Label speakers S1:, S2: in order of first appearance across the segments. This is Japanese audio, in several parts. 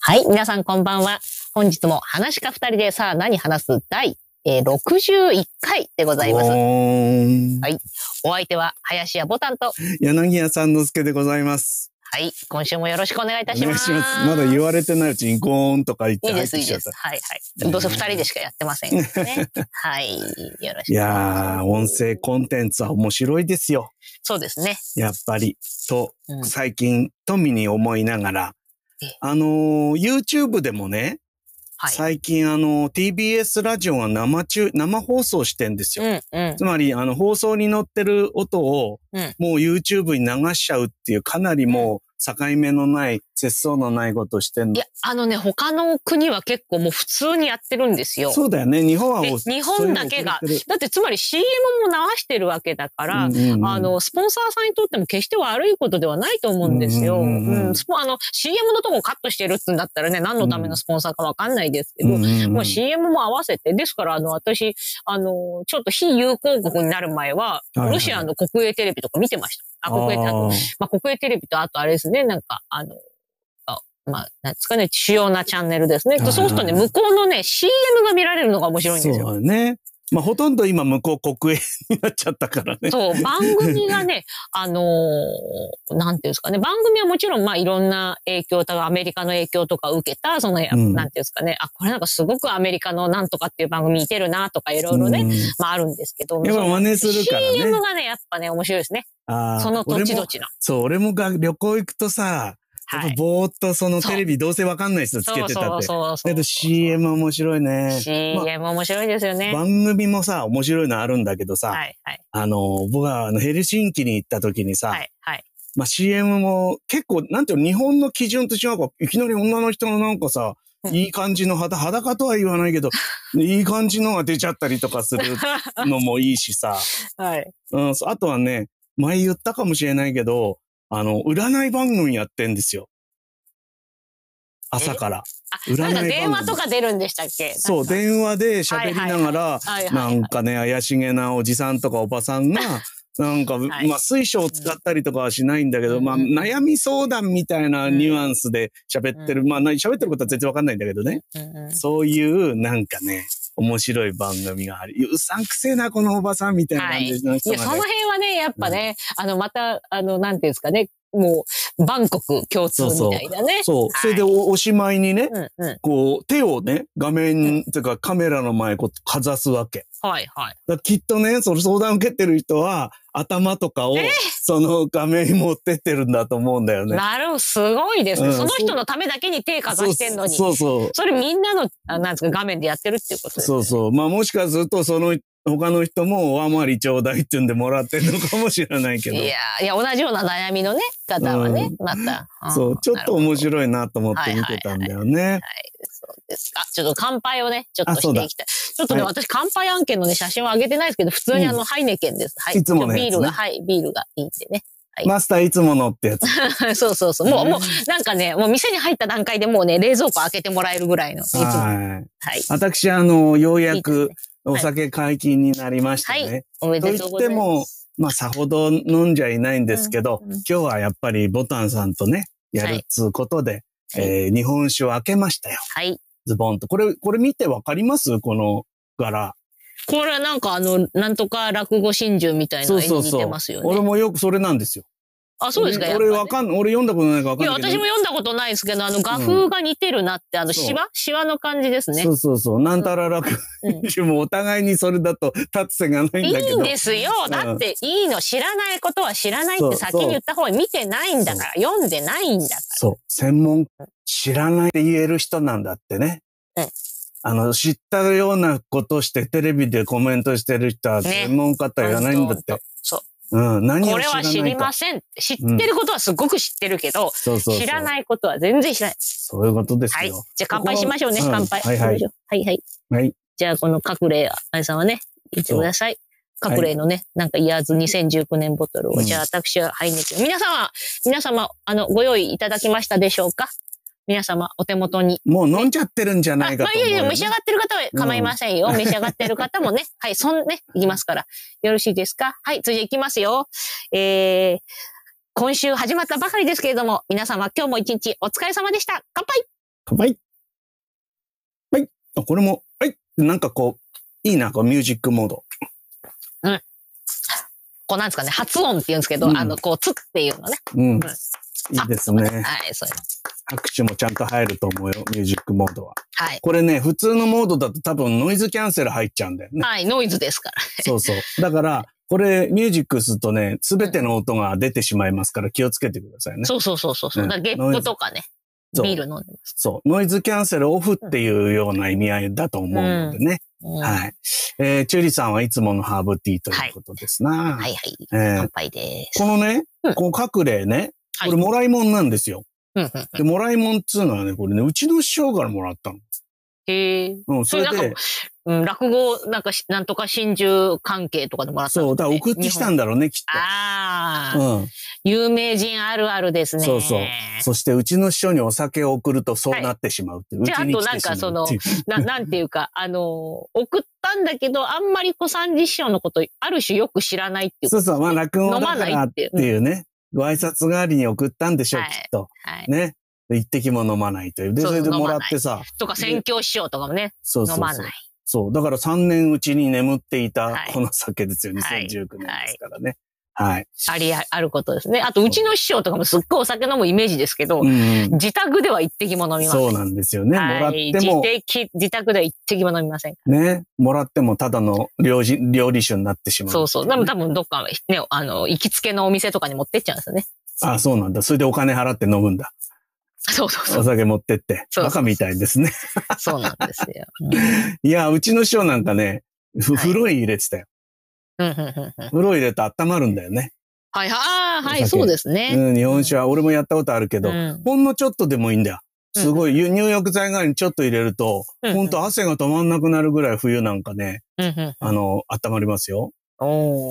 S1: はい、皆さんこんばんは。本日も話か二人でさあ何話す第、えー、61回でございます。はい。お相手は林家ボタンと
S2: 柳家さんのすけでございます。
S1: はい。今週もよろしくお願いいたします。
S2: ま,すまだ言われてないうちにゴーンとか言って
S1: いいです、いいです。はいはい。どうせ二人でしかやってませんから ね。はい。よろしくお願いします。い
S2: や音声コンテンツは面白いですよ。
S1: そうですね。
S2: やっぱり。と、うん、最近、富に思いながら、あのー、YouTube でもね、はい、最近あの TBS ラジオが生中、生放送してんですよ。うんうん、つまりあの放送に載ってる音を、うん、もう YouTube に流しちゃうっていうかなりもう境目のない、節操のないことしてん
S1: いや、あのね、他の国は結構もう普通にやってるんですよ。
S2: そうだよね、日本は。
S1: 日本だけが。だってつまり CM も流してるわけだから、あの、スポンサーさんにとっても決して悪いことではないと思うんですよ。うんスポあの、CM のとこカットしてるってんだったらね、何のためのスポンサーかわかんないですけど、もう CM も合わせて、ですからあの、私、あの、ちょっと非友好国になる前は、ロシアの国営テレビとか見てました。あ、国営、あと、まあ、国営テレビと、あとあれですね、なんか、あの、あまあ、なんですかね、主要なチャンネルですね。そうするとね、向こうのね、CM が見られるのが面白いんですよ。
S2: そうね。まあ、ほとんど今、向こう国営になっちゃったから ね。
S1: そう、番組がね、あのー、なんていうんですかね、番組はもちろん、まあ、いろんな影響とか、アメリカの影響とか受けた、その、うん、なんていうんですかね、あ、これなんかすごくアメリカのなんとかっていう番組似てるな、とか、いろいろね、うん、まあ、あるんですけど。
S2: やっぱ真似するからね。
S1: CM がね、やっぱね、面白いですね。その土地土地の。
S2: そう、俺もが旅行行くとさ、はい、ぼーっとそのテレビどうせわかんない人つけてたって。だけど CM 面白いね。
S1: CM 面白いですよね。
S2: 番組もさ、面白いのあるんだけどさ、はいはい、あの、僕はあのヘルシンキに行った時にさ、はいはい、まあ CM も結構、なんていうの、日本の基準と違うか、いきなり女の人のなんかさ、いい感じの肌、裸とは言わないけど、いい感じのが出ちゃったりとかするのもいいしさ。はい。うん、あとはね、前言ったかもしれないけど、あの、占い番組やってんですよ。朝から。
S1: 占い番組。電話とか出るんでしたっけ
S2: そう、電話で喋りながら、なんかね、怪しげなおじさんとかおばさんが、なんか、はい、まあ、水晶を使ったりとかはしないんだけど、うん、まあ、悩み相談みたいなニュアンスで喋ってる。うん、まあ、喋ってることは全然わかんないんだけどね。うん、そういう、なんかね、面白い番組があり、うさんくせえな、このおばさんみたいな感じの人
S1: が、ね、はい、いや、その辺はね、やっぱね、うん、あの、また、あの、なんていうんですかね、もう、バンコク共通みたいなね。
S2: そうそれでおおしまいにね、うんうん、こう、手をね、画面、っていうかカメラの前、こう、かざすわけ。。
S1: はいはい
S2: きっとね、その相談受けてる人は、頭とかを、その画面に持ってってるんだと思うんだよね。
S1: なるほど、すごいですね。うん、その人のためだけに手かざしてんのに。
S2: そうそう。
S1: それみんなの、なんですか、画面でやってるっていうことです、
S2: ね、そうそう。まあもしかすると、その他の人もお余りちょうだいって言うんでもらってるのかもしれないけど。
S1: いや、いや、同じような悩みのね、方はね、うん、また。
S2: うん、そう、ちょっと面白いなと思って見てたんだよね。はい、はいはい、
S1: そうですか。ちょっと乾杯をね、ちょっとしていきたい。ちょっとね、はい、私乾杯案件のね、写真は上げてないですけど、普通にあの、ハイネケンです。はい。
S2: いつもの、
S1: ね、ビールが、はい、ビールがいいんでね。 はい、
S2: マスターいつものってやつ。。
S1: そうそうそう。 もう、もう、なんかね、もう店に入った段階でもうね、冷蔵庫開けてもらえるぐらいの、いつも。はい
S2: 私、あの、ようやく、お酒解禁になりましたね。はい、
S1: おめでとうございます。と言っても、
S2: まあ、さほど飲んじゃいないんですけど、うんうん、今日はやっぱりボタンさんとね、やるっつうことで、はい、えー、日本酒を開けましたよ。
S1: はい。
S2: ズボンと。これ、これ見てわかりますこの柄。
S1: これはなんかあの、なんとか落語真珠みたいな絵に似てますよね。そうそうそう
S2: 俺もよくそれなんですよ。
S1: あ、そうですか、。
S2: 俺わかん、俺読んだことないかわかんない
S1: いや、私も読んだことないですけど、あの、画風が似てるなって、あの、シワシワの感じですね。
S2: そうそうそう。なんたら楽。うん、 もお互いにそれだと立つ瀬がないんだけ
S1: ど。いいんですよ。だって、いいの。知らないことは知らないって先に言った方が見てないんだから、読んでないんだから。
S2: そう。専門、知らないで言える人なんだってね。うん。あの、知ったようなことしてテレビでコメントしてる人は専門家とは言わないんだって。
S1: そう。
S2: うん、何
S1: これは知りません。知ってることはすごく知ってるけど、知らないことは全然知らない。
S2: そういうことですよ。はい。
S1: じゃあ乾杯しましょうね、乾杯。
S2: はいはい。
S1: はいはい。
S2: はい。
S1: じゃあこの隠れ、あやさんはね、言ってください。隠れのね、なんかイヤーズ2019年ボトルを、じゃあ私は入んです皆様、皆様、あの、ご用意いただきましたでしょうか皆様、お手元に。
S2: もう飲んじゃってるんじゃないかと
S1: 思う、ね。いやいや、召し上がってる方は構いませんよ。召し上がってる方も ね。はい、そんね、いきますから。よろしいですかはい、次いきますよ。えー、今週始まったばかりですけれども、皆様、今日も一日お疲れ様でした。乾杯
S2: バイバイあ、これも、はい。なんかこう、いいな、こうミュージックモード。
S1: うん。こうなんですかね、発音って言うんですけど、うん、あの、こう、つっていうのね。
S2: うん。うん、いいですね。
S1: はい、そういう
S2: 拍手もちゃんと入ると思うよ、ミュージックモードは。
S1: はい。
S2: これね、普通のモードだと多分ノイズキャンセル入っちゃうんだよね。
S1: はい、ノイズですから。
S2: そうそう。だから、これ、ミュージックするとね、すべての音が出てしまいますから気をつけてくださいね。
S1: そうそうそうそう。ね、ゲップとかね。ビール飲んでます。
S2: そう。ノイズキャンセルオフっていうような意味合いだと思うのでね。うんうん、はい。えー、チューリさんはいつものハーブティーということですな。はい、
S1: はいはい、えー、乾杯です。
S2: このね、うん、この各例ね、これもらいもんなんですよ。
S1: はい、
S2: でもらいもんっつうのはね、これね、うちの師匠からもらったの。
S1: へえ。
S2: うん、それで。
S1: うん、落語、なんか、なんとか真珠関係とかでもらった、
S2: ね、そう、だから送ってきたんだろうね、きっと。
S1: ああ。うん。有名人あるあるですね。
S2: そうそう。そして、うちの師匠にお酒を送るとそうなってしまうっていう。はい、
S1: じゃあ、あとなんか、その、な、なんていうか、あの、送ったんだけど、あんまり小三治師匠のこと、ある種よく知らないっていう、ね、
S2: そうそう、まあ、落語だからっていうね。ご挨拶代わりに送ったんでしょう、はい、きっと。はい、ね。一滴も飲まないという。で、それでもらってさ。
S1: とか、宣教師匠とかもね。そうそう飲まない。
S2: そう。だから3年うちに眠っていたこの酒ですよ、ね。はい、2019年ですからね。はい。はい、
S1: ありあることですね。あと、うちの師匠とかもすっごいお酒飲むイメージですけど、うん、自宅では一滴も飲みません。
S2: そうなんですよね。はい、もらって
S1: 自
S2: も。
S1: 滴、自宅では一滴も飲みません。
S2: ね。もらってもただの料理料理酒になってしまう、ね、
S1: そうそう。でも多分どっか、ね、あの、行きつけのお店とかに持ってっちゃうんですよね。
S2: ああ、そうなんだ。それでお金払って飲むんだ。
S1: そうそう そう。
S2: お酒持ってって。バカみたいですね。
S1: そうなんですよ。
S2: いや、うちの師匠なんかね、風呂入れてたよ。風呂入れて温まるんだよね。、
S1: はい、ああ、はい、そうですね。うん
S2: 日本酒は俺もやったことあるけど、ほんのちょっとでもいいんだよ。すごい、入浴剤代わりにちょっと入れると、ほんと汗が止まんなくなるぐらい冬なんかね、あの、温まりますよ。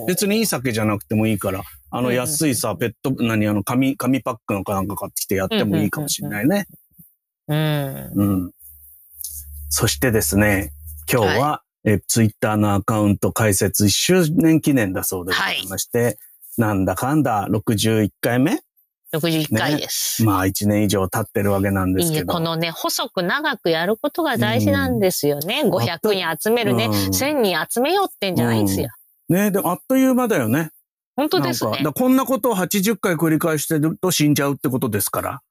S2: 別にいい酒じゃなくてもいいから、あの安いさ、ペット、何、あの紙、紙パックのかなんか買ってきてやってもいいかもしれないね。
S1: うん。うん。
S2: そしてですね、今日は、はい、え、ツイッターのアカウント開設1周年記念だそうでございまして、はい、なんだかんだ61回目
S1: ?61 回です、
S2: ね、まあ1年以上経ってるわけなんですけど。
S1: このね、細く長くやることが大事なんですよね。うん、500人集めるね、うん、1000人集めようってんじゃないんですよ。
S2: うん、ね、でもあっという間だよね。
S1: 本当ですね。
S2: こんなことを80回繰り返してると死んじゃうってことですから。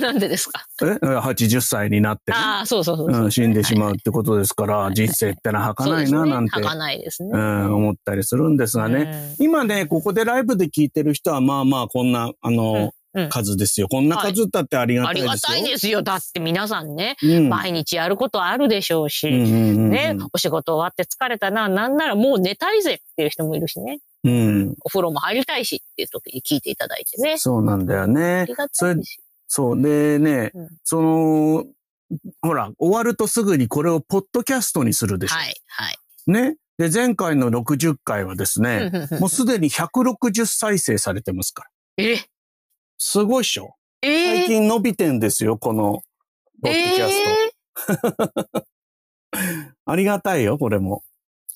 S1: なんでですか
S2: え ?80 歳になって、ね、
S1: ああ、そうそうそう、
S2: うん、死んでしまうってことですから、はい、人生ってのは儚いな、なんて。
S1: 儚、ね、ないですね。
S2: うん、思ったりするんですがね。うん、今ね、ここでライブで聞いてる人は、まあまあ、こんな、あの、うん、数ですよ。こんな数だってありがたいですよ、はい、
S1: ありがたいですよ。だって皆さんね、うん、毎日やることあるでしょうし、ね、お仕事終わって疲れたな、なんならもう寝たいぜっていう人もいるしね。
S2: うん、
S1: お風呂も入りたいしっていう時に聞いていただいてね。
S2: そうなんだよね。
S1: それ
S2: そう。でね、うん、その、ほら、終わるとすぐにこれをポッドキャストにするでしょ。
S1: はい、はい。。
S2: ね。で、前回の60回はですね、もうすでに160再生されてますから
S1: え
S2: すごいっしょ。
S1: えー、
S2: 最近伸びてんですよ、この、ポッドキャスト。えー、ありがたいよ、これも。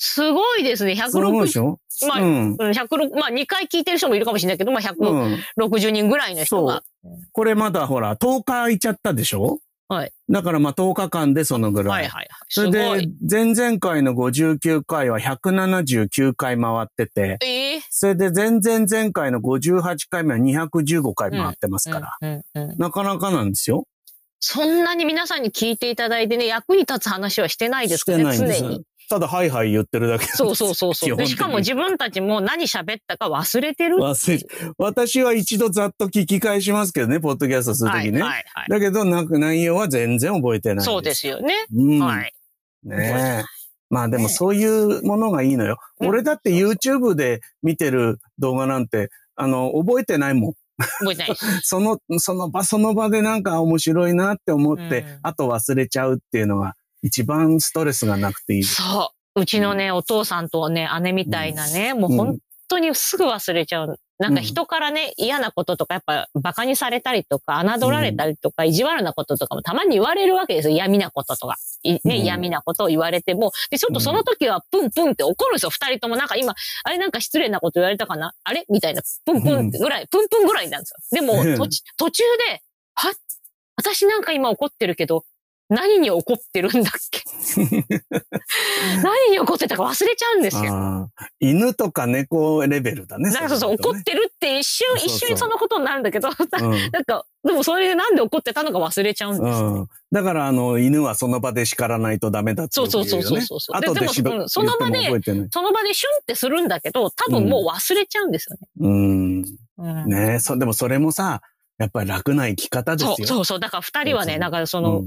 S1: すごいですね。160。まあ、うん、まあ2回聞いてる人もいるかもしれないけど、まあ160人ぐらいの人が。
S2: うん、これまだほら、10日空いちゃったでしょ
S1: はい。
S2: だからまあ10日間でそのぐらい。
S1: はいはいはい。
S2: それで、前々回の59回は179回回ってて、
S1: えー、
S2: それで前々前回の58回目は215回回ってますから、なかなかなんですよ。
S1: そんなに皆さんに聞いていただいてね、役に立つ話はしてないですかね、常に。
S2: ただはいはい言ってるだけ
S1: そうそうそうそう。しかも自分たちも何喋ったか忘れてる
S2: 忘れて私は一度ざっと聞き返しますけどね、ポッドキャストするときね。はいはいはい、だけど、なく内容は全然覚えてない
S1: そうですよね。
S2: うん、
S1: はい。
S2: ねえ。まあでもそういうものがいいのよ。ね、俺だって YouTube で見てる動画なんて、あの、覚えてないもん。
S1: 覚えてない。
S2: その、その場その場でなんか面白いなって思って、うん、あと忘れちゃうっていうのが、一番ストレスがなくていい。
S1: そう。うちのね、うん、お父さんとね、姉みたいなね、うん、もう本当にすぐ忘れちゃう。なんか人からね、うん、嫌なこととか、やっぱ馬鹿にされたりとか、侮られたりとか、意地悪なこととかもたまに言われるわけですよ。嫌味なこととか。ね、嫌味なことを言われても。で、ちょっとその時はプンプンって怒るんですよ。二人ともなんか今、あれなんか失礼なこと言われたかなあれみたいな、プンプンぐらい、プンプンぐらいなんですよ。でも、途中で、は私なんか今怒ってるけど、何に怒ってるんだっ け何に怒ってたか忘れちゃうんですよ。
S2: 犬とか猫レベル だね。
S1: だからそうそう、ね、怒ってるって一瞬、一瞬そのことになるんだけど、うん、 なんか、でもそれでなんで怒ってたのか忘れちゃうんです、ね、うん、
S2: だから、あの、犬はその場で叱らないとダメだって
S1: いう、ね、そうそうそうそうそう。後でしば、うん、その場で、その場でシュンってするんだけど、多分もう忘れちゃうんですよね。
S2: うん。うん、ねそでもそれもさ、やっぱり楽な生き方ですよ
S1: そうそうそう。だから二人はね、だからその、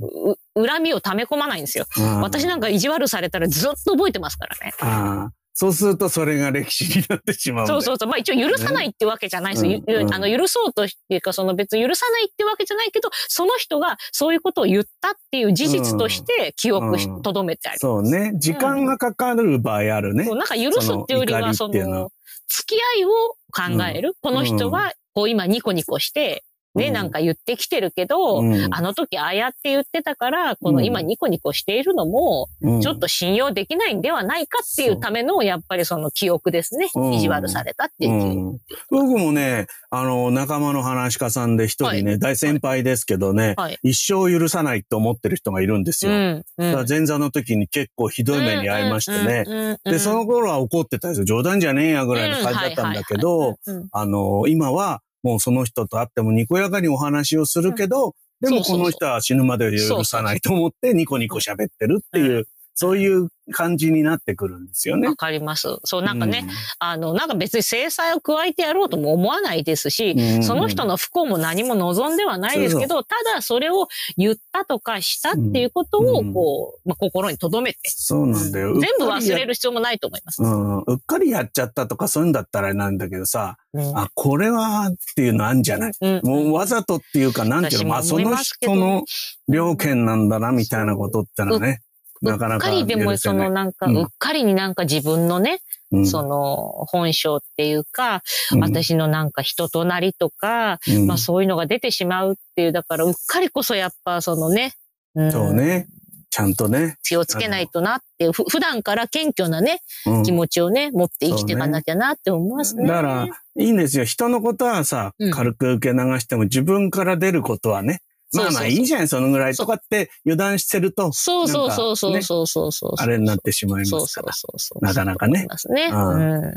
S1: うん、恨みを溜め込まないんですよ。私なんか意地悪されたらずっと覚えてますからね。
S2: ああ。そうするとそれが歴史になってしまう。
S1: そうそうそう。まあ一応許さないってわけじゃないです、ね、うん、あの許そうとっていうか、その別に許さないってわけじゃないけど、その人がそういうことを言ったっていう事実として記憶し、と、う、ど、ん、めてあり
S2: そうね。時間がかかる場合あるね。
S1: うん、なんか許すっていうよりは、その、付き合いを考える。うん、この人は、こう今ニコニコして、ね、なんか言ってきてるけど、うん、あの時ああやって言ってたから、この今ニコニコしているのも、ちょっと信用できないんではないかっていうための、やっぱりその記憶ですね。うん、意地悪されたっていう、うん、
S2: 僕もね、あの、仲間の話家さんで一人ね、はい、大先輩ですけどね、はい、一生許さないと思ってる人がいるんですよ。前座の時に結構ひどい目に遭いましてね。で、その頃は怒ってたんですよ。冗談じゃねえやぐらいの感じだったんだけど、あの、今は、もうその人と会ってもにこやかにお話をするけど、うん、でもこの人は死ぬまで許さないと思ってニコニコ喋ってるっていう、うんうんそういう感じになってくるんですよね。
S1: わかります。そう、なんかね、うん、あの、なんか別に制裁を加えてやろうとも思わないですし、うん、その人の不幸も何も望んではないですけど、そうそうただそれを言ったとかしたっていうことを、こう、うん、まあ、心に留めて。
S2: そうなんだよ。
S1: 全部忘れる必要もないと思います。
S2: うん、うっかりやっちゃったとかそういうんだったらなんだけどさ、あ、これはっていうのあんじゃない、もうわざとっていうか、なんていうの、まあその人の良権なんだなみたいなことってのはね。
S1: なかなかうっかりでも、そのなんか、うっかりになんか自分のね、うん、その本性っていうか、うん、私のなんか人となりとか、うん、まあそういうのが出てしまうっていう、だからうっかりこそやっぱそのね、
S2: そうね。ちゃんとね。
S1: 気をつけないとなっていう、普段から謙虚なね、気持ちをね、持って生きていかなきゃなって思いますね。
S2: ねだから、いいんですよ。人のことはさ、軽く受け流しても自分から出ることはね、まあまあいいじゃん、そのぐらいとかって油断してると。
S1: そうそうそうそうそうそうそう。
S2: あれになってしまいますから。そうそうそうなかなかね。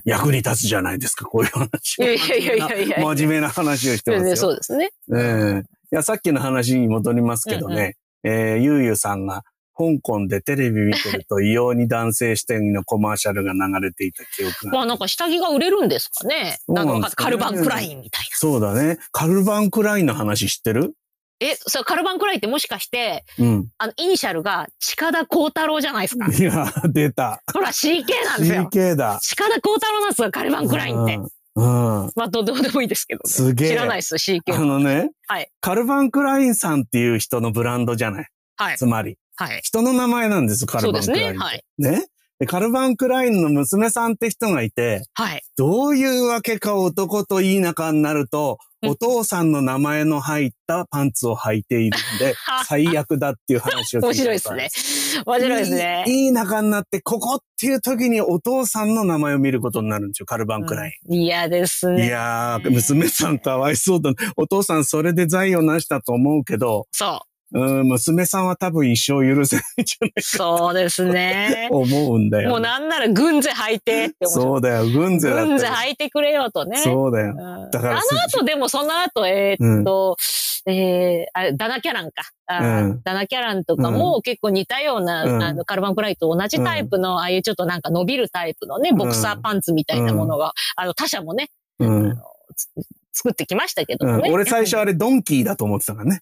S2: 役に立つじゃないですか、こういう話。
S1: いやいやいやいや。
S2: 真面目な話をしてますよ。
S1: そうですね。
S2: ええ。さっきの話に戻りますけどね、えゆうゆうさんが、香港でテレビ見てると異様に男性視点のコマーシャルが流れていた記憶が。
S1: まあなんか下着が売れるんですかね。なんか、ね、カルバンクラインみたいな。
S2: そうだね。カルバンクラインの話知ってる
S1: え、そう、カルバンクライってもしかして、うん、あの、イニシャルが、近田幸太郎じゃないですか。
S2: いや、出た。
S1: ほら、CK なんですよ。
S2: CK だ。
S1: 近田幸太郎なんですよ、カルバンクラインって。うん。うん、まあ、どうでもいいですけど、ね、
S2: すげえ。
S1: 知らないです、CK。
S2: あのね、
S1: はい。
S2: カルバンクラインさんっていう人のブランドじゃない。
S1: はい。
S2: つまり。
S1: はい。
S2: 人の名前なんです、カルバンクライン。そうですね、はい。ねで、カルバンクラインの娘さんって人がいて、
S1: はい。
S2: どういうわけか男といい仲になると、お父さんの名前の入ったパンツを履いている んで、最悪だっていう話
S1: 聞い
S2: を
S1: た。面白いですね。面白いですね
S2: いい。いい仲になって、ここっていう時にお父さんの名前を見ることになるんですよ、カルバンクライ
S1: ン。嫌、うん、ですね。
S2: いやー、娘さんかわいそうだ、ね。お父さんそれで財を成したと思うけど。
S1: そう。
S2: うん、娘さんは多分一生許せないんじゃないか。
S1: そうです ね。
S2: 思うんだよ、ね、
S1: もうなんなら軍勢履いてって
S2: そうだよ、軍勢だ
S1: 軍勢履いてくれよとね。
S2: そうだよ。
S1: だから。あの後でもその後、えー、っと、うん、えー、あダナキャランか。あうん、ダナキャランとかも結構似たような、うん、あのカルバンクライと同じタイプの、ああいうちょっとなんか伸びるタイプのね、ボクサーパンツみたいなものが、あの他社もね、うん、あの作ってきましたけどね、
S2: ね俺最初あれドンキーだと思ってたから ね。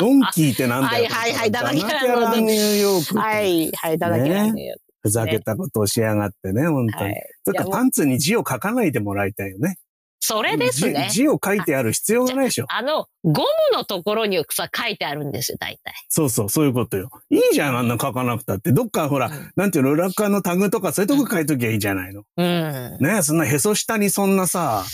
S2: ドンキーってなんだ
S1: はいはいはい、
S2: ダナキャラニューヨーク。
S1: はいはい、ダナキャラニューヨーク。
S2: ふざけたことをしやがってね、本当に。ちょっとパンツに字を書かないでもらいたいよね。
S1: それですね。
S2: 字を書いてある必要がないでしょ。
S1: あの、ゴムのところにさ、書いてあるんですよ、大体。
S2: そうそう、そういうことよ。いいじゃん、あんな書かなくたって。どっか、ほら、なんていうの、裏側のタグとか、そういうとこ書いときゃいいじゃないの。
S1: うん。
S2: ねそんなへそ下にそんなさ、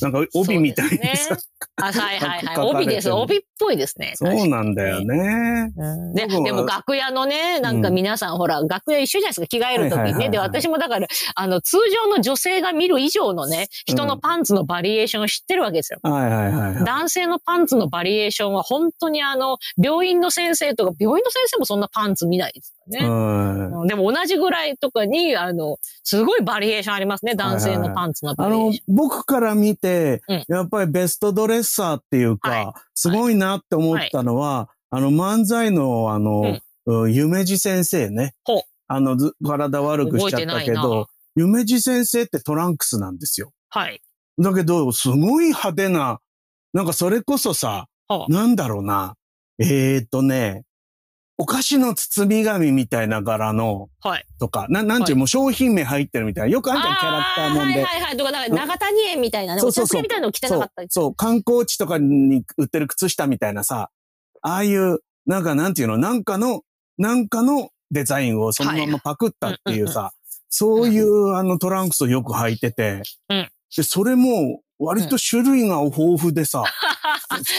S2: なんか帯みたいに
S1: さ。ね、あはい はいはい。帯です。帯っぽいですね。
S2: そうなんだよね。
S1: で、でも楽屋のね、なんか皆さん、ほら、楽屋一緒じゃないですか、着替えるときね。で、私もだから、あの、通常の女性が見る以上のね、人のパンツのバリエーションを知ってるわけですよ。
S2: はいはいはい。
S1: 男性のパンツのバリエーションは本当にあの、病院の先生とか、病院の先生もそんなパンツ見ないですからね。でも同じぐらいとかに、あの、すごいバリエーションありますね、男性のパンツのバリエーション。
S2: あの、僕から見て、やっぱりベストドレッサーっていうか、すごいなって思ったのは、あの漫才のあの、夢二先生ね。あの、体悪くしちゃったけど、夢二先生ってトランクスなんですよ。
S1: はい。
S2: だけど、すごい派手な、なんかそれこそさ、なんだろうな。えー、っとね、お菓子の包み紙みたいな柄の、
S1: はい。
S2: とか、ななんちゅう、もう商品名入ってるみたいな。よくあんじゃん、キャラクターもんで。
S1: はいはいはい。とか、なんか長谷園みたいなね。そうそうそう。みたいなの着てなかった
S2: そう。観光地とかに売ってる靴下みたいなさ、ああいう、なんかなんていうの、なんかの、なんかのデザインをそのままパクったっていうさ、そういうあのトランクスをよく履いてて、
S1: うん、
S2: で、それも割と種類が豊富でさ、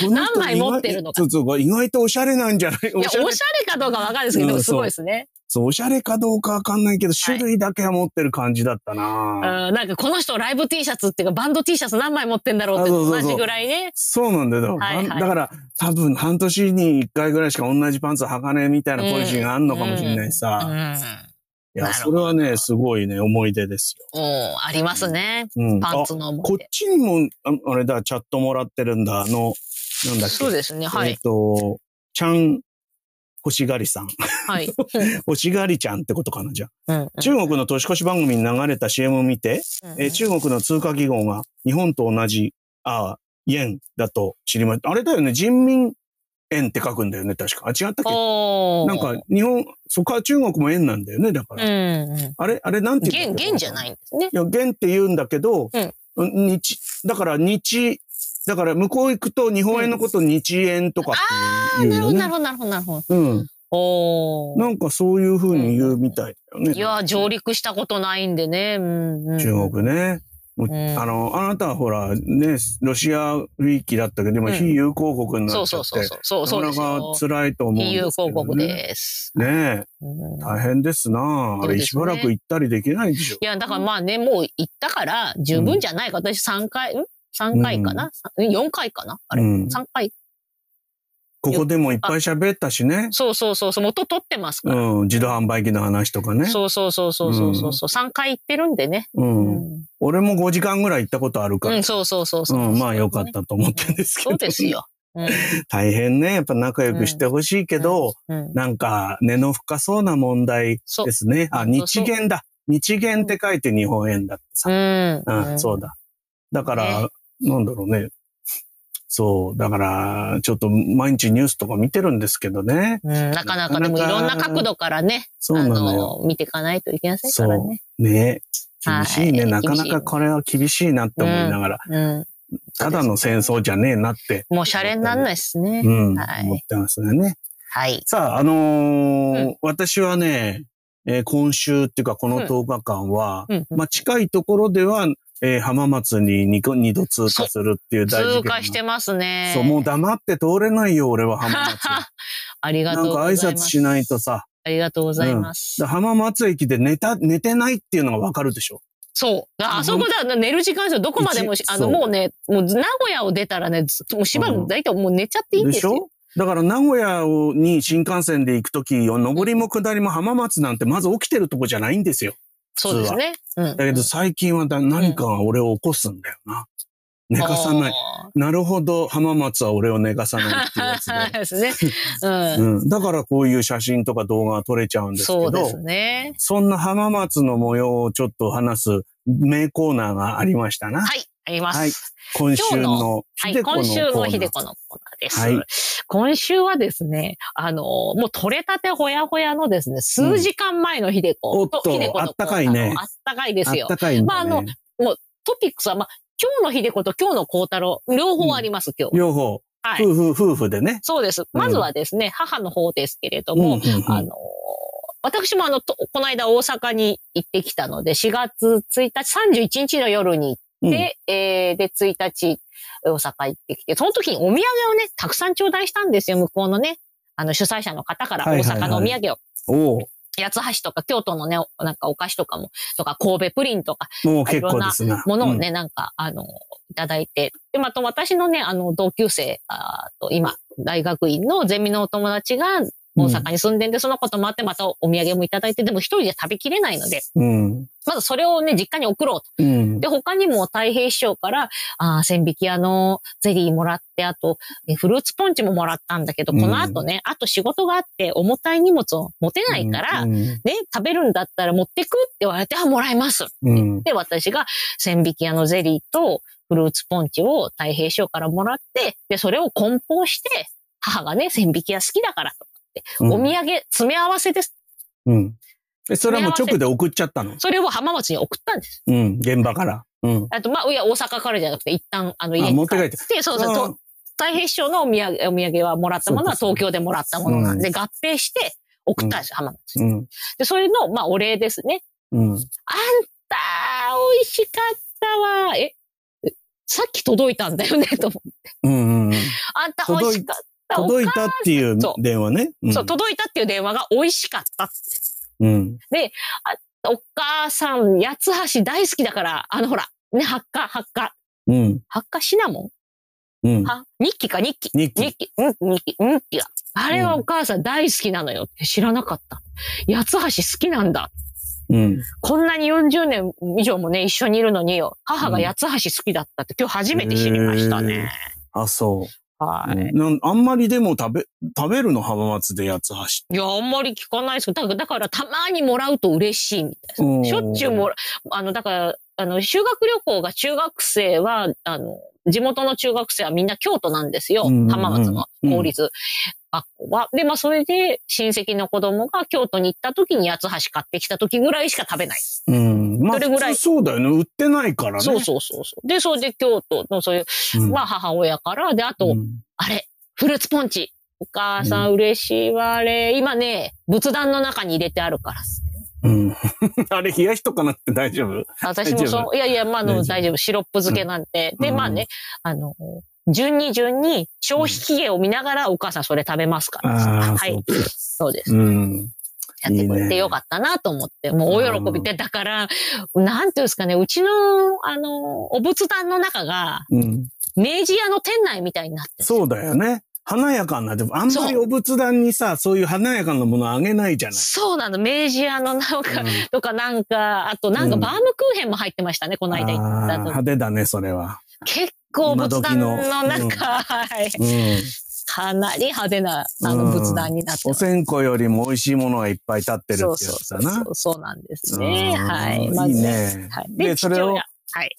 S1: 何枚持ってるのか。
S2: 意外とおしゃれなんじゃない
S1: おしゃれかどうかわかんないですけど、すごいですね。
S2: そう、おしゃれかどうかわかんないけど、種類だけは持ってる感じだったな、
S1: はなんかこの人ライブ T シャツっていうか、バンド T シャツ何枚持ってんだろうって同じぐらいね。
S2: そうなんだよ。だから多分半年に一回ぐらいしか同じパンツ履かねえみたいなポリシーがあるのかもしれないさ。いや、それはね、すごいね、思い出ですよ。
S1: おありますね。うん、パンツの思
S2: い出。こっちにも、あれだ、チャットもらってるんだ、あの、なんだっけ。
S1: そうですね、はい。え
S2: っと、ちゃん、欲しがりさん。
S1: はい。
S2: 欲しがりちゃんってことかな、じゃあ。中国の年越し番組に流れた CM を見て、え中国の通貨記号が日本と同じ、ああ、円だと知りました。あれだよね、人民円って書くんだよね、確か。あ、違ったっけなんか、日本、そこは中国も円なんだよね、だから。
S1: うんうん、
S2: あれ、あれ、なんて言
S1: うん元、元じゃないんですね。
S2: いや、元って言うんだけど、
S1: うん、
S2: 日、だから日、だから向こう行くと日本円のこと日円とかっていう、ね、
S1: うん、ああ、なるほど、なるほど、なるほ
S2: ど。うん。
S1: お
S2: なんかそういうふうに言うみたいだよね。
S1: いや、上陸したことないんでね。うんうん、
S2: 中国ね。あの、あなたはほら、ね、ロシアウィーキだったけど、今、非友好国になっちゃって、うん、そうそうそうそう。そうなかなか辛いと思うんで
S1: けど、ね。
S2: す
S1: 非友好国です。
S2: ねえ。大変ですなあれ、しばらく行ったりできないでしょ。
S1: いや、だからまあね、もう行ったから、十分じゃないか。私3回、ん ?3 回かな、うん、?4 回かなあれ、う ?3 回
S2: ここでもいっぱい喋ったしね。
S1: そうそうそうそう。元取ってますから。
S2: うん。自動販売機の話とかね。
S1: そうそうそうそうそうそう。うん、3回行ってるんでね。
S2: うん。俺も5時間ぐらい行ったことあるから。。
S1: うん、そうそうそうそう
S2: うん、まあよかったと思ってるんですけど。
S1: そうですよ。
S2: 大変ね。やっぱ仲良くしてほしいけど、なんか根の深そうな問題ですね。あ、日元だ。日元って書いて日本円だってさ。うん。そうだ。だから、なんだろうね。そう。だから、ちょっと毎日ニュースとか見てるんですけどね。
S1: うん、なかなかでもいろんな角度からね。そうなの見ていかないといけませんからね。
S2: ね。厳しいね。なかなかこれは厳しいなって思いながら。うんただの戦争じゃねえなって。
S1: もうシャレになんないですね。
S2: うん。思ってますよね。
S1: はい。
S2: さあ、あの私はね、え今週っていうかこの10日間は、まあ近いところでは、えー、浜松に二度通過するっていう大事
S1: 件。通過してますね。
S2: そう、もう黙って通れないよ、俺は浜松。
S1: あ りがとうございます。
S2: なんか挨拶しないとさ。
S1: ありがとうございます。
S2: うん、浜松駅で寝た、寝てないっていうのがわかるでしょ
S1: そう。あそこだ、寝る時間ですよ。どこまでも、あの、もうね、もう名古屋を出たらね、もうしばらく大体もう寝ちゃっていいんですよ。でしょ
S2: だから名古屋に新幹線で行くとき、上りも下りも浜松なんてまず起きてるとこじゃないんですよ。
S1: そうですね。
S2: うん、だけど最近は何かが俺を起こすんだよな。うん、寝かさない。なるほど、浜松は俺を寝かさないっていうやつで。
S1: そうですね、うん
S2: うん、だからこういう写真とか動画が撮れちゃうんですけど。
S1: そうですね。
S2: そんな浜松の模様をちょっと話す名コーナーがありましたな。
S1: はい。あります。はい、
S2: 今週の
S1: はい、今週のひでこのコーナーです。はい、今週はですね、あの、もう取れたてほやほやのですね、数時間前のひでこ、
S2: うん、と、ひでこ
S1: あ
S2: ったかいね。
S1: あったかいですよ。
S2: あったかい、ね、
S1: まあ、あの、もうトピックスは、まあ、今日のひでこと今日の孝太郎、両方あります、うん、今日。
S2: 両方。はい、夫婦、夫婦でね。
S1: そうです。まずはですね、うん、母の方ですけれども、あの、私もあの、この間大阪に行ってきたので、4月1日、31日の夜に行っで、うん、えー、で、1日、大阪行ってきて、その時にお土産をね、たくさん頂戴したんですよ、向こうのね。あの、主催者の方から大阪のお土産を。
S2: おお。
S1: 八つ橋とか京都のね、なんかお菓子とかも、とか神戸プリンとか、
S2: もう結
S1: 構ですね。ものをね、なんか、あの、いただいて。で、また私のね、あの、同級生、あと今、大学院のゼミのお友達が、大阪に住んでんで、うん、そのこともあって、またお土産もいただいて、でも一人じゃ食べきれないので、
S2: うん、
S1: まずそれをね、実家に送ろうと。うん、で、他にも太平師匠から、あ千引き屋のゼリーもらって、あと、フルーツポンチももらったんだけど、この後ね、あと仕事があって重たい荷物を持てないから、ね、食べるんだったら持ってくって言われて、あ、もらいますって。で、私が千引き屋のゼリーと、フルーツポンチを太平師匠からもらって、で、それを梱包して、母がね、千匹屋好きだからと。お土産、詰め合わせです。
S2: うん。え、それはもう直で送っちゃったの
S1: それを浜松に送ったんです。
S2: うん、現場から。うん。
S1: あと、まあ、いや、大阪からじゃなくて、一旦、あの、家に
S2: 持って帰って。
S1: で、そうそう。太平師匠のお土産、お土産はもらったものは東京でもらったものなんで、合併して送ったんですよ、浜松に。で、それの、まあ、お礼ですね。
S2: うん。あん
S1: た、美味しかったわ。え、さっき届いたんだよね、と思って。
S2: うんうん。
S1: あんた美味しかった。
S2: 届いたっていう電話ね、
S1: うん、そう。届いたっていう電話が美味しかったっ。
S2: うん。
S1: で、あ、お母さん、八つ橋大好きだから、あのほら、ね、発火、発火。
S2: うん。
S1: 発火シナモ
S2: ンうん。
S1: は、日記か、日記。
S2: 日記。
S1: 日記、うん、日記、日記だ。あれはお母さん大好きなのよって知らなかった。八つ橋好きなんだ。
S2: うん、
S1: こんなに40年以上もね、一緒にいるのに、母が八つ橋好きだったって今日初めて知りましたね。
S2: あ、そう。
S1: はい、
S2: うん。あんまりでも食べ、食べるの浜松で八つ橋。
S1: いや、あんまり聞かないですけど、だからたまにもらうと嬉しいみたいな。しょっちゅうもら、あの、だから、あの、修学旅行が中学生は、あの、地元の中学生はみんな京都なんですよ。浜松の公立学校は。で、まあ、それで親戚の子供が京都に行った時に八つ橋買ってきた時ぐらいしか食べないです。
S2: うん。まあ、それぐらい。そうだよね。売ってないからね。
S1: そうそうそう。で、それで京都のそういう、うん、まあ、母親から、で、あと、うん、あれ、フルーツポンチ。お母さん嬉しいわ、あれ。今ね、仏壇の中に入れてあるから。
S2: うん、 あれ、冷やしとかなくて大丈夫
S1: 私もそう、いやいや、まあ、の大丈夫。シロップ漬けなんて。うん、で、まあね、あの、順に順に消費期限を見ながらお母さんそれ食べますから。
S2: うん、
S1: はい。そうです。
S2: うん
S1: やってくれてよかったなと思って、いいね、もう大喜びで、だから、なんていうんですかね、うちの、あの、お仏壇の中が、
S2: うん、
S1: 明治屋の店内みたいになって
S2: そうだよね。華やかな、でもあんまりお仏壇にさ、そういう華やかなものあげないじゃない
S1: そうなの、明治屋のなんか、うん、とかなんか、あとなんかバームクーヘンも入ってましたね、この間行ったと。
S2: 派手だね、それは。
S1: 結構仏壇の中、のはい。
S2: うん
S1: かなり派手なあの仏壇になって
S2: お線香よりも美味しいものがいっぱい立ってるってやつだな。
S1: そうなんですね。はい。
S2: ま、いいね。
S1: はい、
S2: で、それを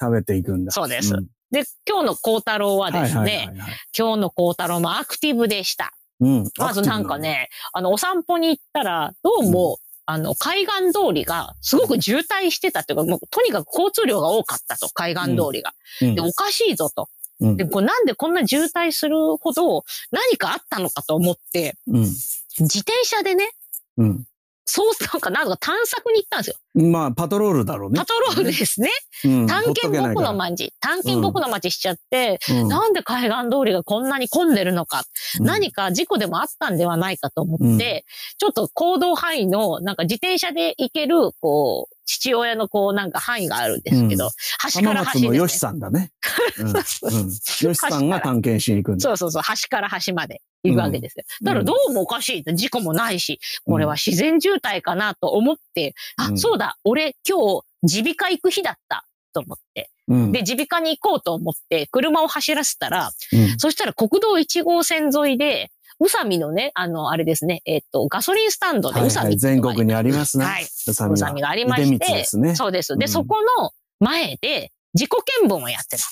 S2: 食べていくんだ。
S1: そうです。で、今日の孝太郎はですね、今日の孝太郎もアクティブでした。
S2: うん、
S1: まずなんかね、あの、お散歩に行ったら、どうも、あの、海岸通りがすごく渋滞してたというか、もうとにかく交通量が多かったと、海岸通りが。で、おかしいぞと。で、こうなんでこんな渋滞するほど何かあったのかと思って、
S2: うん、
S1: 自転車でね、
S2: うん、
S1: そうなんか、なんか探索に行ったんです
S2: よ。まあ、パトロールだろうね。
S1: パトロールですね。うん、探検僕の町、探検僕の町しちゃって、うん、なんで海岸通りがこんなに混んでるのか、うん、何か事故でもあったんではないかと思って、ちょっと行動範囲の、なんか自転車で行ける、こう、父親のこうなんか範囲があるんですけど、
S2: 橋から橋、ね。浜松の吉さんだね。吉さんが探検しに行くん だ。
S1: そうそうそう、端から端まで行くわけですよ。だからどうもおかしい。事故もないし、これは自然渋滞かなと思って、あ、そうだ、俺今日、耳鼻科行く日だったと思って。で、耳鼻科に行こうと思って、車を走らせたら、そしたら国道1号線沿いで、宇佐美のね、あの、あれですね、えっ、ー、と、ガソリンスタンドで宇佐美、
S2: 全国にありますね。
S1: はい。宇佐美がありまして、
S2: すね、
S1: そうです。で、うん、そこの前で自己見分をやってた。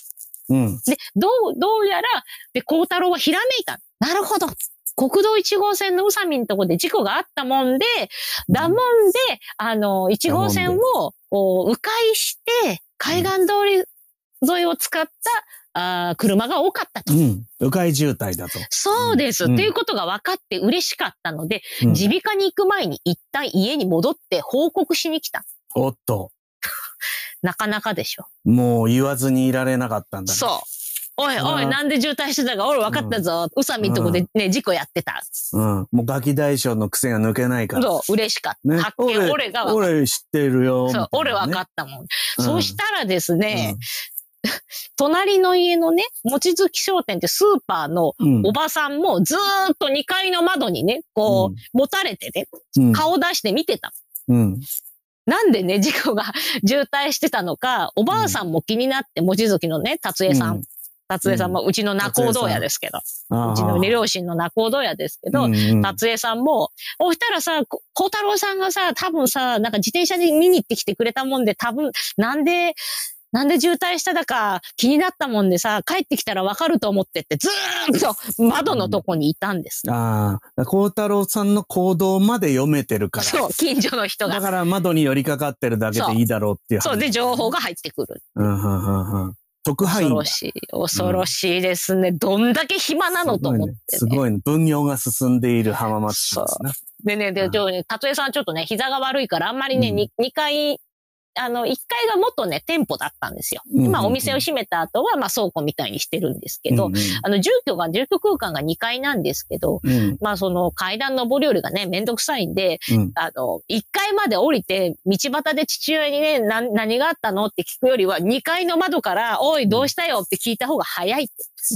S2: うん。。
S1: で、どう、どうやら、で、孝太郎はひらめいた。なるほど。国道1号線の宇佐美のとこで事故があったもんで、だもんで、あの、1号線を、こう、迂回して、海岸通り沿いを使ったあ車が多かったと。うん
S2: 迂回渋滞だと。
S1: そうです。と、うん、いうことが分かって嬉しかったので、耳鼻科に行く前に一旦家に戻って報告しに来た。
S2: おっと。
S1: なかなかでしょ。
S2: もう言わずにいられなかったんだ、ね、
S1: そう。おいおい、なんで渋滞してたか、俺分かったぞ。宇佐美とこでね、事故やってた。
S2: うん。もうガキ大将の癖が抜けないから。
S1: そう、嬉しかった。発見、俺が
S2: 俺知ってるよ。
S1: そう、俺分かったもん。そしたらですね、隣の家のね、もちづき商店ってスーパーのおばさんもずーっと2階の窓にね、こう、持たれてね、顔出して見てた。うん。なんでね、事故が渋滞してたのか、おばあさんも気になって、もちづきのね、達江さん達江さんも、うちの仲人屋ですけど、うちの両親の仲人屋ですけど、達江さんも、おしたらさ、孝太郎さんがさ、多分さ、なんか自転車で見に行ってきてくれたもんで、多分、なんで、なんで渋滞しただか気になったもんでさ、帰ってきたらわかると思ってって、ずーっと窓のとこにいたんです。
S2: うん、ああ、孝太郎さんの行動まで読めてるから。
S1: そう、近所の人が。
S2: だから窓に寄りかかってるだけでいいだろうっていう
S1: そう。そうで、情報が入ってくる。
S2: うん、うん、うん。特派
S1: 員恐ろしい。恐ろしいですね。うん、どんだけ暇なのと思って、ね、
S2: すごいね。分業が進んでいる浜松市ですね。
S1: でね、で、たとえさんちょっとね、膝が悪いから、あんまりね、うん、2, 2階、あの、1階が元ね、店舗だったんですよ。今、お店を閉めた後は、まあ、倉庫みたいにしてるんですけど、うんうん、あの、住居が、住居空間が2階なんですけど、うん、まあ、その階段上り下りがね、めんどくさいんで、うん、あの、1階まで降りて、道端で父親にね、な、何があったのって聞くよりは、2階の窓から、おい、どうしたよって聞いた方が早い。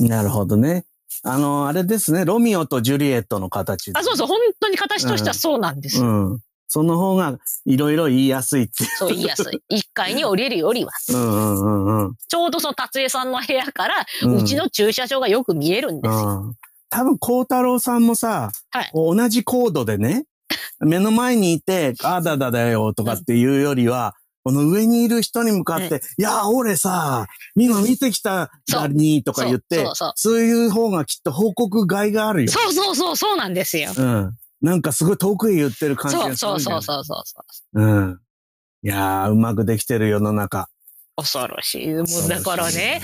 S2: なるほどね。あの、あれですね、ロミオとジュリエットの形。
S1: あ、そうそう、本当に形としてはそうなんですよ。うん
S2: その方がいろいろ言いやすいって。
S1: そう、言いやすい。1階に降りるよりは。 うんうんうんうん。ちょうどその達江さんの部屋から、うちの駐車場がよく見えるんですよ。うんうん、
S2: 多分、孝太郎さんもさ、はい、同じ高度でね、目の前にいて、ああだだだよとかっていうよりは、この上にいる人に向かって、いや、俺さ、今見てきただにとか言って、そういう方がきっと報告外があるよ。
S1: そうそうそう、そうなんですよ。うん。
S2: なんかすごい遠くへ言ってる感じがする。
S1: そうそうそうそうそう
S2: うん。いやー、うまくできてる世の中。
S1: 恐ろしい。もうだからね。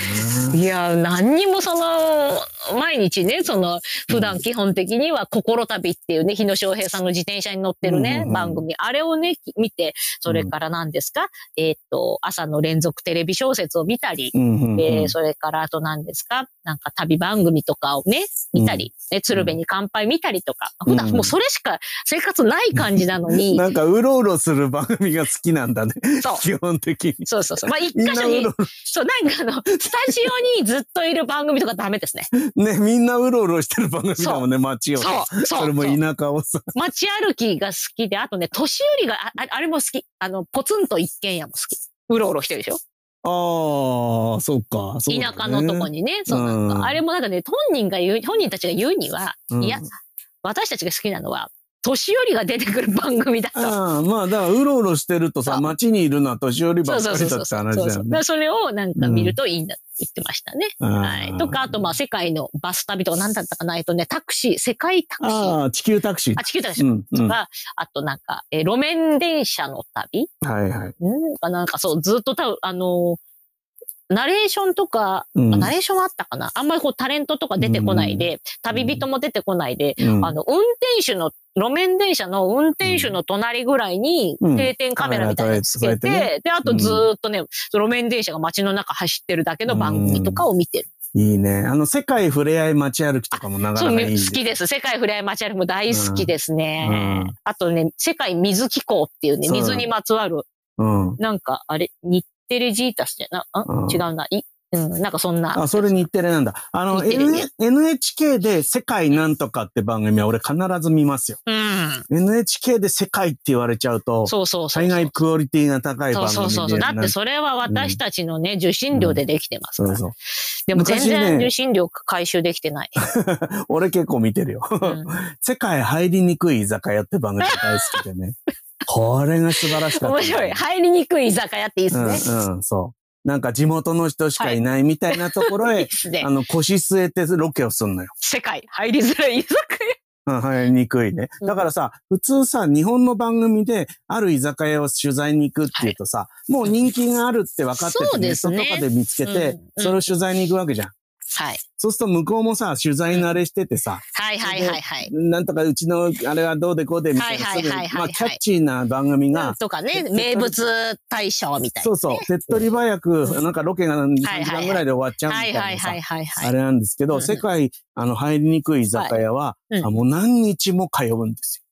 S1: い,いや、何にもその、毎日ね、その、普段基本的には、心旅っていうね、日野翔平さんの自転車に乗ってるね、番組。あれをね、見て、それから何ですか、うん、えっと、朝の連続テレビ小説を見たり、えそれからあと何ですかなんか旅番組とかをね、見たり、ね、鶴瓶に乾杯見たりとか。普段もうそれしか生活ない感じなのに。
S2: なんか、うろうろする番組が好きなんだね。
S1: そう。
S2: 基本的に。
S1: そうそうそう。まあ一箇所に、そう、なんかあの、スタジオにずっといる番組とかダメですね。
S2: ね、みんなうろうろしてる番組だもんね、街を。
S1: そう、
S2: それも田舎をさ。
S1: 街歩きが好きで、あとね、年寄りが、ああれも好き。あの、ポツンと一軒家も好き。うろうろしてるでしょ
S2: ああ、そうか。
S1: そう田舎のとこにね、そうなんか、あれもなんかね、本人が言う、本人たちが言うには、いや、私たちが好きなのは、年寄りが出てくる番組だと。
S2: あまあ、だから、うろうろしてるとさ、街にいるのは年寄りばっかりだって話だよね。
S1: それをなんか見るといいんだって言ってましたね。うん、はい。とか、あと、まあ、世界のバス旅とか何だったかないとね、タクシー、世界タクシー。
S2: ああ、地球タクシー。
S1: あ、地球タクシー。うんうん、とか、あとなんか、えー、路面電車の旅。
S2: はいはい。
S1: うん、なんかそう、ずっと多分、あのーナレーションとか、うん、ナレーションあったかなあんまりこうタレントとか出てこないで、うん、旅人も出てこないで、うん、あの、運転手の、路面電車の運転手の隣ぐらいに定点カメラみたいなのつけて、ね、で、あとずっとね、路面電車が街の中走ってるだけの番組とかを見てる。
S2: いいね。あの、世界ふれあい街歩きとかもなかなかいい、ね、
S1: 好きです。世界ふれあい街歩きも大好きですね。あとね、世界水機構っていうね、水にまつわる、なんか、あれ、日テレジータスじゃな、あ、違うな、い、うん、なんかそんな。
S2: あ、それ日テレなんだ。あの、N、NHK で世界なんとかって番組は俺必ず見ますよ。うん。NHK で世界って言われちゃうと、
S1: そうそう
S2: 災害クオリティが高い番組
S1: そうそうそう。だってそれは私たちのね、受信料でできてますから。そうそう。でも全然受信料回収できてない。
S2: 俺結構見てるよ、世界入りにくい居酒屋って番組大好き でね。これが素晴らしかった。
S1: 面白い。入りにくい居酒屋っていいっすね。
S2: うん、うん、そう。なんか地元の人しかいないみたいなところへ、はいね、あの、腰据えてロケをすんのよ。
S1: 世界、入りづらい居酒
S2: 屋。うん、入りにくいね。だからさ、普通さ、日本の番組で、ある居酒屋を取材に行くっていうとさ、はい、もう人気があるって分かってて、ね、ネットとかで見つけて、うん、それを取材に行くわけじゃん。
S1: はい。
S2: そうすると向こうもさ、取材慣れしててさ、
S1: はいはいはいはい。
S2: なんとかうちのあれはどうでこうでみたいな、はいはいまあキャッチーな番組が。
S1: とかね、名物大賞みたいな、
S2: そうそう。手っ取り早く、なんかロケが3時間ぐらいで終わっちゃうみたいなさ、あれなんですけど、世界、あの、入りにくい居酒屋は、あもう何日も通うんです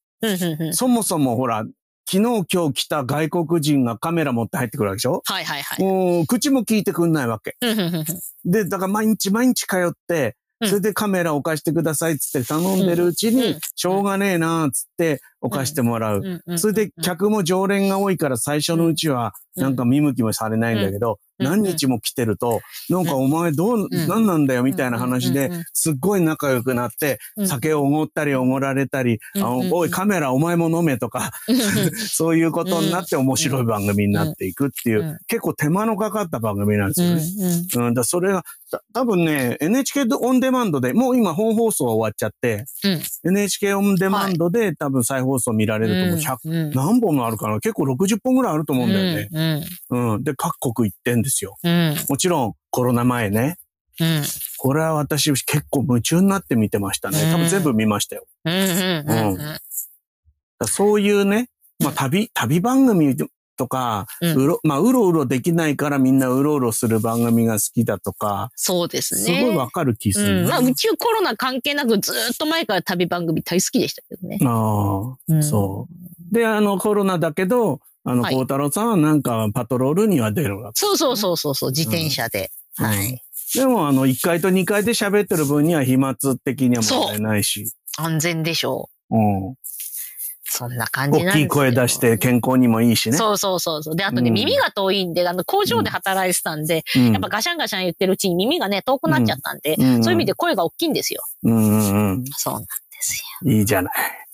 S2: よ。そもそもほら、昨日今日来た外国人がカメラ持って入ってくるわけでしょ
S1: はいはいはい。
S2: もう口も聞いてくんないわけ。で、だから毎日毎日通って、それでカメラを貸してくださいっつって頼んでるうちに、しょうがねえなーっつってお貸してもらう。それで客も常連が多いから最初のうちはなんか見向きもされないんだけど、何日も来てると、なんかお前どう、何なんだよみたいな話で、すっごい仲良くなって、酒をおごったりおごられたり、あのおいカメラお前も飲めとかそういうことになって面白い番組になっていくっていう、結構手間のかかった番組なんですよね。うん、だそれが、多分ね、NHK オンデマンドで、もう今本放送終わっちゃって、うん、NHK オンデマンドで、はい、多分再放送見られると思う。100、うん、何本もあるかな結構60本ぐらいあると思うんだよね。うん、うん、で、各国行ってんですよ。もちろんコロナ前ね。うん、これは私結構夢中になって見てましたね。多分全部見ましたよ。そういうね、まあ旅、旅番組とか、うん、うろ、まあ、うろうろできないからみんなうろうろする番組が好きだとか。
S1: そうですね。
S2: すごいわかる気する、
S1: ね、うん、まあ、うちコロナ関係なくずっと前から旅番組大好きでしたけどね。
S2: ああ、うん、そう。で、あの、コロナだけど、あの、孝、はい、太郎さんはなんかパトロールには出るわ
S1: け、ね、そうそうそうそうそう、自転車で。うん、はい。
S2: でも、あの、1階と2階で喋ってる分には飛沫的には問題ないし。
S1: 安全でしょ
S2: う。うん。
S1: そんな感じなんです
S2: 大きい声出して健康にもいいしね。
S1: そうそうそうそう。で、あとね、うん、耳が遠いんで、あの、工場で働いてたんで、うん、やっぱガシャンガシャン言ってるうちに耳がね、遠くなっちゃったんで、うん、そういう意味で声が大きいんですよ。
S2: うんうん
S1: そうなんです
S2: よ。いいじゃない。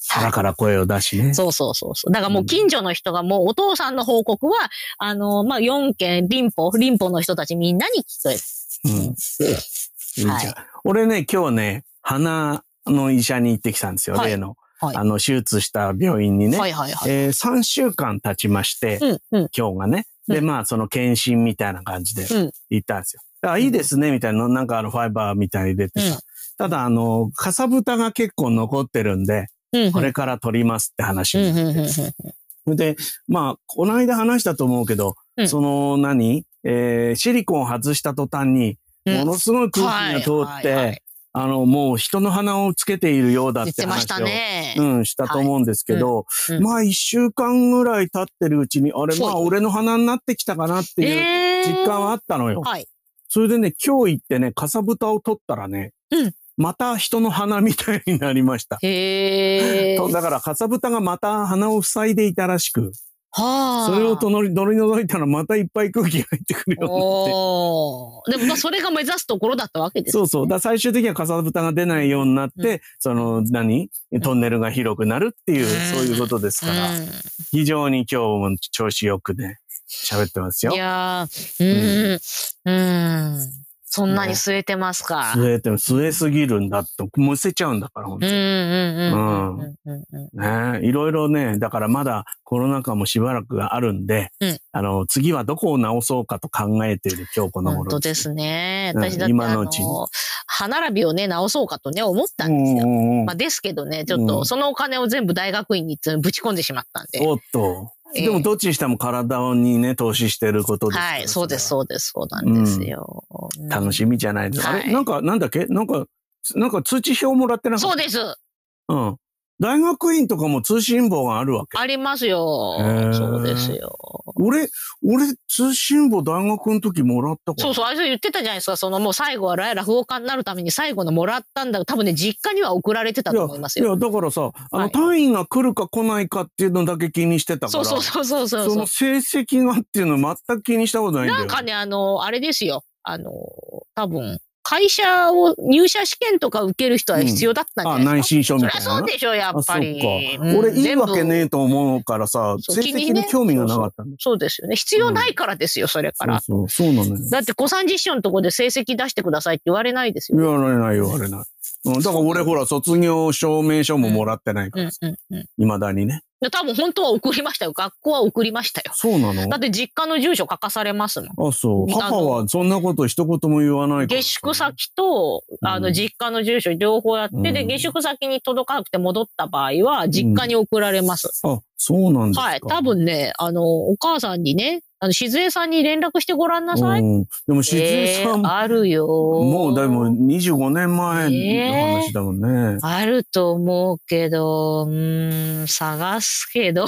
S2: 腹から声を出しね。
S1: そうそうそうそう。だからもう近所の人がもうお父さんの報告は、あの、まあ、4県、林保、林保の人たちみんなに聞こえる。
S2: うん。いいはい、俺ね、今日ね、鼻の医者に行ってきたんですよ、はい、例の。あの、手術した病院にね、はいはいはいえー、3週間経ちまして、うんうん、今日がね。で、まあ、その検診みたいな感じで行ったんですよ。うん、あいいですね、みたいな、なんかあの、ファイバーみたいに出てさ。うん、ただ、あの、かさぶたが結構残ってるんで、うんうん、これから取りますって話になって。うんうん、で、まあ、この間話したと思うけど、うん、その何、えー、シリコン外した途端に、ものすごい空気が通って、あの、もう人の鼻をつけているようだって話を、
S1: ね、
S2: うん、したと思うんですけど、はいうん、まあ一週間ぐらい経ってるうちに、あれ、まあ俺の鼻になってきたかなっていう実感はあったのよ。えー、はい。それでね、今日行ってね、かさぶたを取ったらね、うん、また人の鼻みたいになりました。
S1: へ
S2: だから、かさぶたがまた鼻を塞いでいたらしく。
S1: は
S2: あ、それをとのり、取り除いたらまたいっぱい空気が入ってくるようになって。
S1: おでもまあそれが目指すところだったわけです
S2: ね。そうそう。だ最終的にはかさぶたが出ないようになって、うん、その何、トンネルが広くなるっていう、うん、そういうことですから、うん、非常に今日も調子よくね、喋ってますよ。
S1: いやー、うん、うん。そんなに据えてますか。
S2: 据えても、据えすぎるんだって、むせちゃうんだから、本当に。うん
S1: うんうん。
S2: ねいろいろね、だからまだコロナ禍もしばらくあるんで、うん、あの、次はどこを直そうかと考えている今日この頃。
S1: 本当ですね。私だって、今のうちに。歯並びをね、直そうかとね、思ったんですよ。まあ、ですけどね、ちょっと、そのお金を全部大学院にぶち込んでしまったんで。
S2: おっと。でもどっちにしても体にね、投資してることです
S1: はい、そうです、そうです、そうなんですよ。
S2: 楽しみじゃないですか。あれなんか、なんだっけなんか、なんか通知表もらってなかった
S1: そうです。
S2: うん。大学院とかも通信簿があるわけ
S1: ありますよ。そうですよ。。
S2: 俺、俺、通信簿大学の時もらったから
S1: そうそう、あれ言ってたじゃないですか。そのもう最後は落語家になるために最後のもらったんだ多分ね、実家には送られてたと思いますよ。
S2: いや、いやだからさ、あの、単位が来るか来ないかっていうのだけ気にしてたから。
S1: そうそうそうそう
S2: その成績がっていうの全く気にしたことないんだよ。
S1: なんかね、あの、あれですよ。あの、多分。会社を入社試験とか受ける人は必要だったんじゃない
S2: ですか、うん、内申書みたいな。
S1: そりゃそうでしょ、やっぱり。
S2: うん、俺、いいわけねえと思うからさ、成績に興味がなかったんだ、ね、
S1: そうですよね。必要ないからですよ、うん、それから。
S2: そうそう、そうなのよ。
S1: だって、古参実証のとこで成績出してくださいって言われないですよ、
S2: ね、言われない、言われない。うん、だから俺、ほら、卒業証明書ももらってないからさ、いまだにね。
S1: 多分本当は送りましたよ。学校は送りましたよ。
S2: そうなの
S1: だって実家の住所書かされますも
S2: ん。あ、そう。母はそんなこと一言も言わない
S1: 下宿先と、あの、実家の住所両方やって、うん、で、下宿先に届かなくて戻った場合は、実家に送られます。
S2: うん、あ、そうなんですか
S1: はい。多分ね、あの、お母さんにね、あの、静江さんに連絡してごらんなさい。うん、
S2: でも静江さん、えー、
S1: あるよ。
S2: もうでも25年前の話だもんね、
S1: えー、あると思うけど、うん、探すけ ど。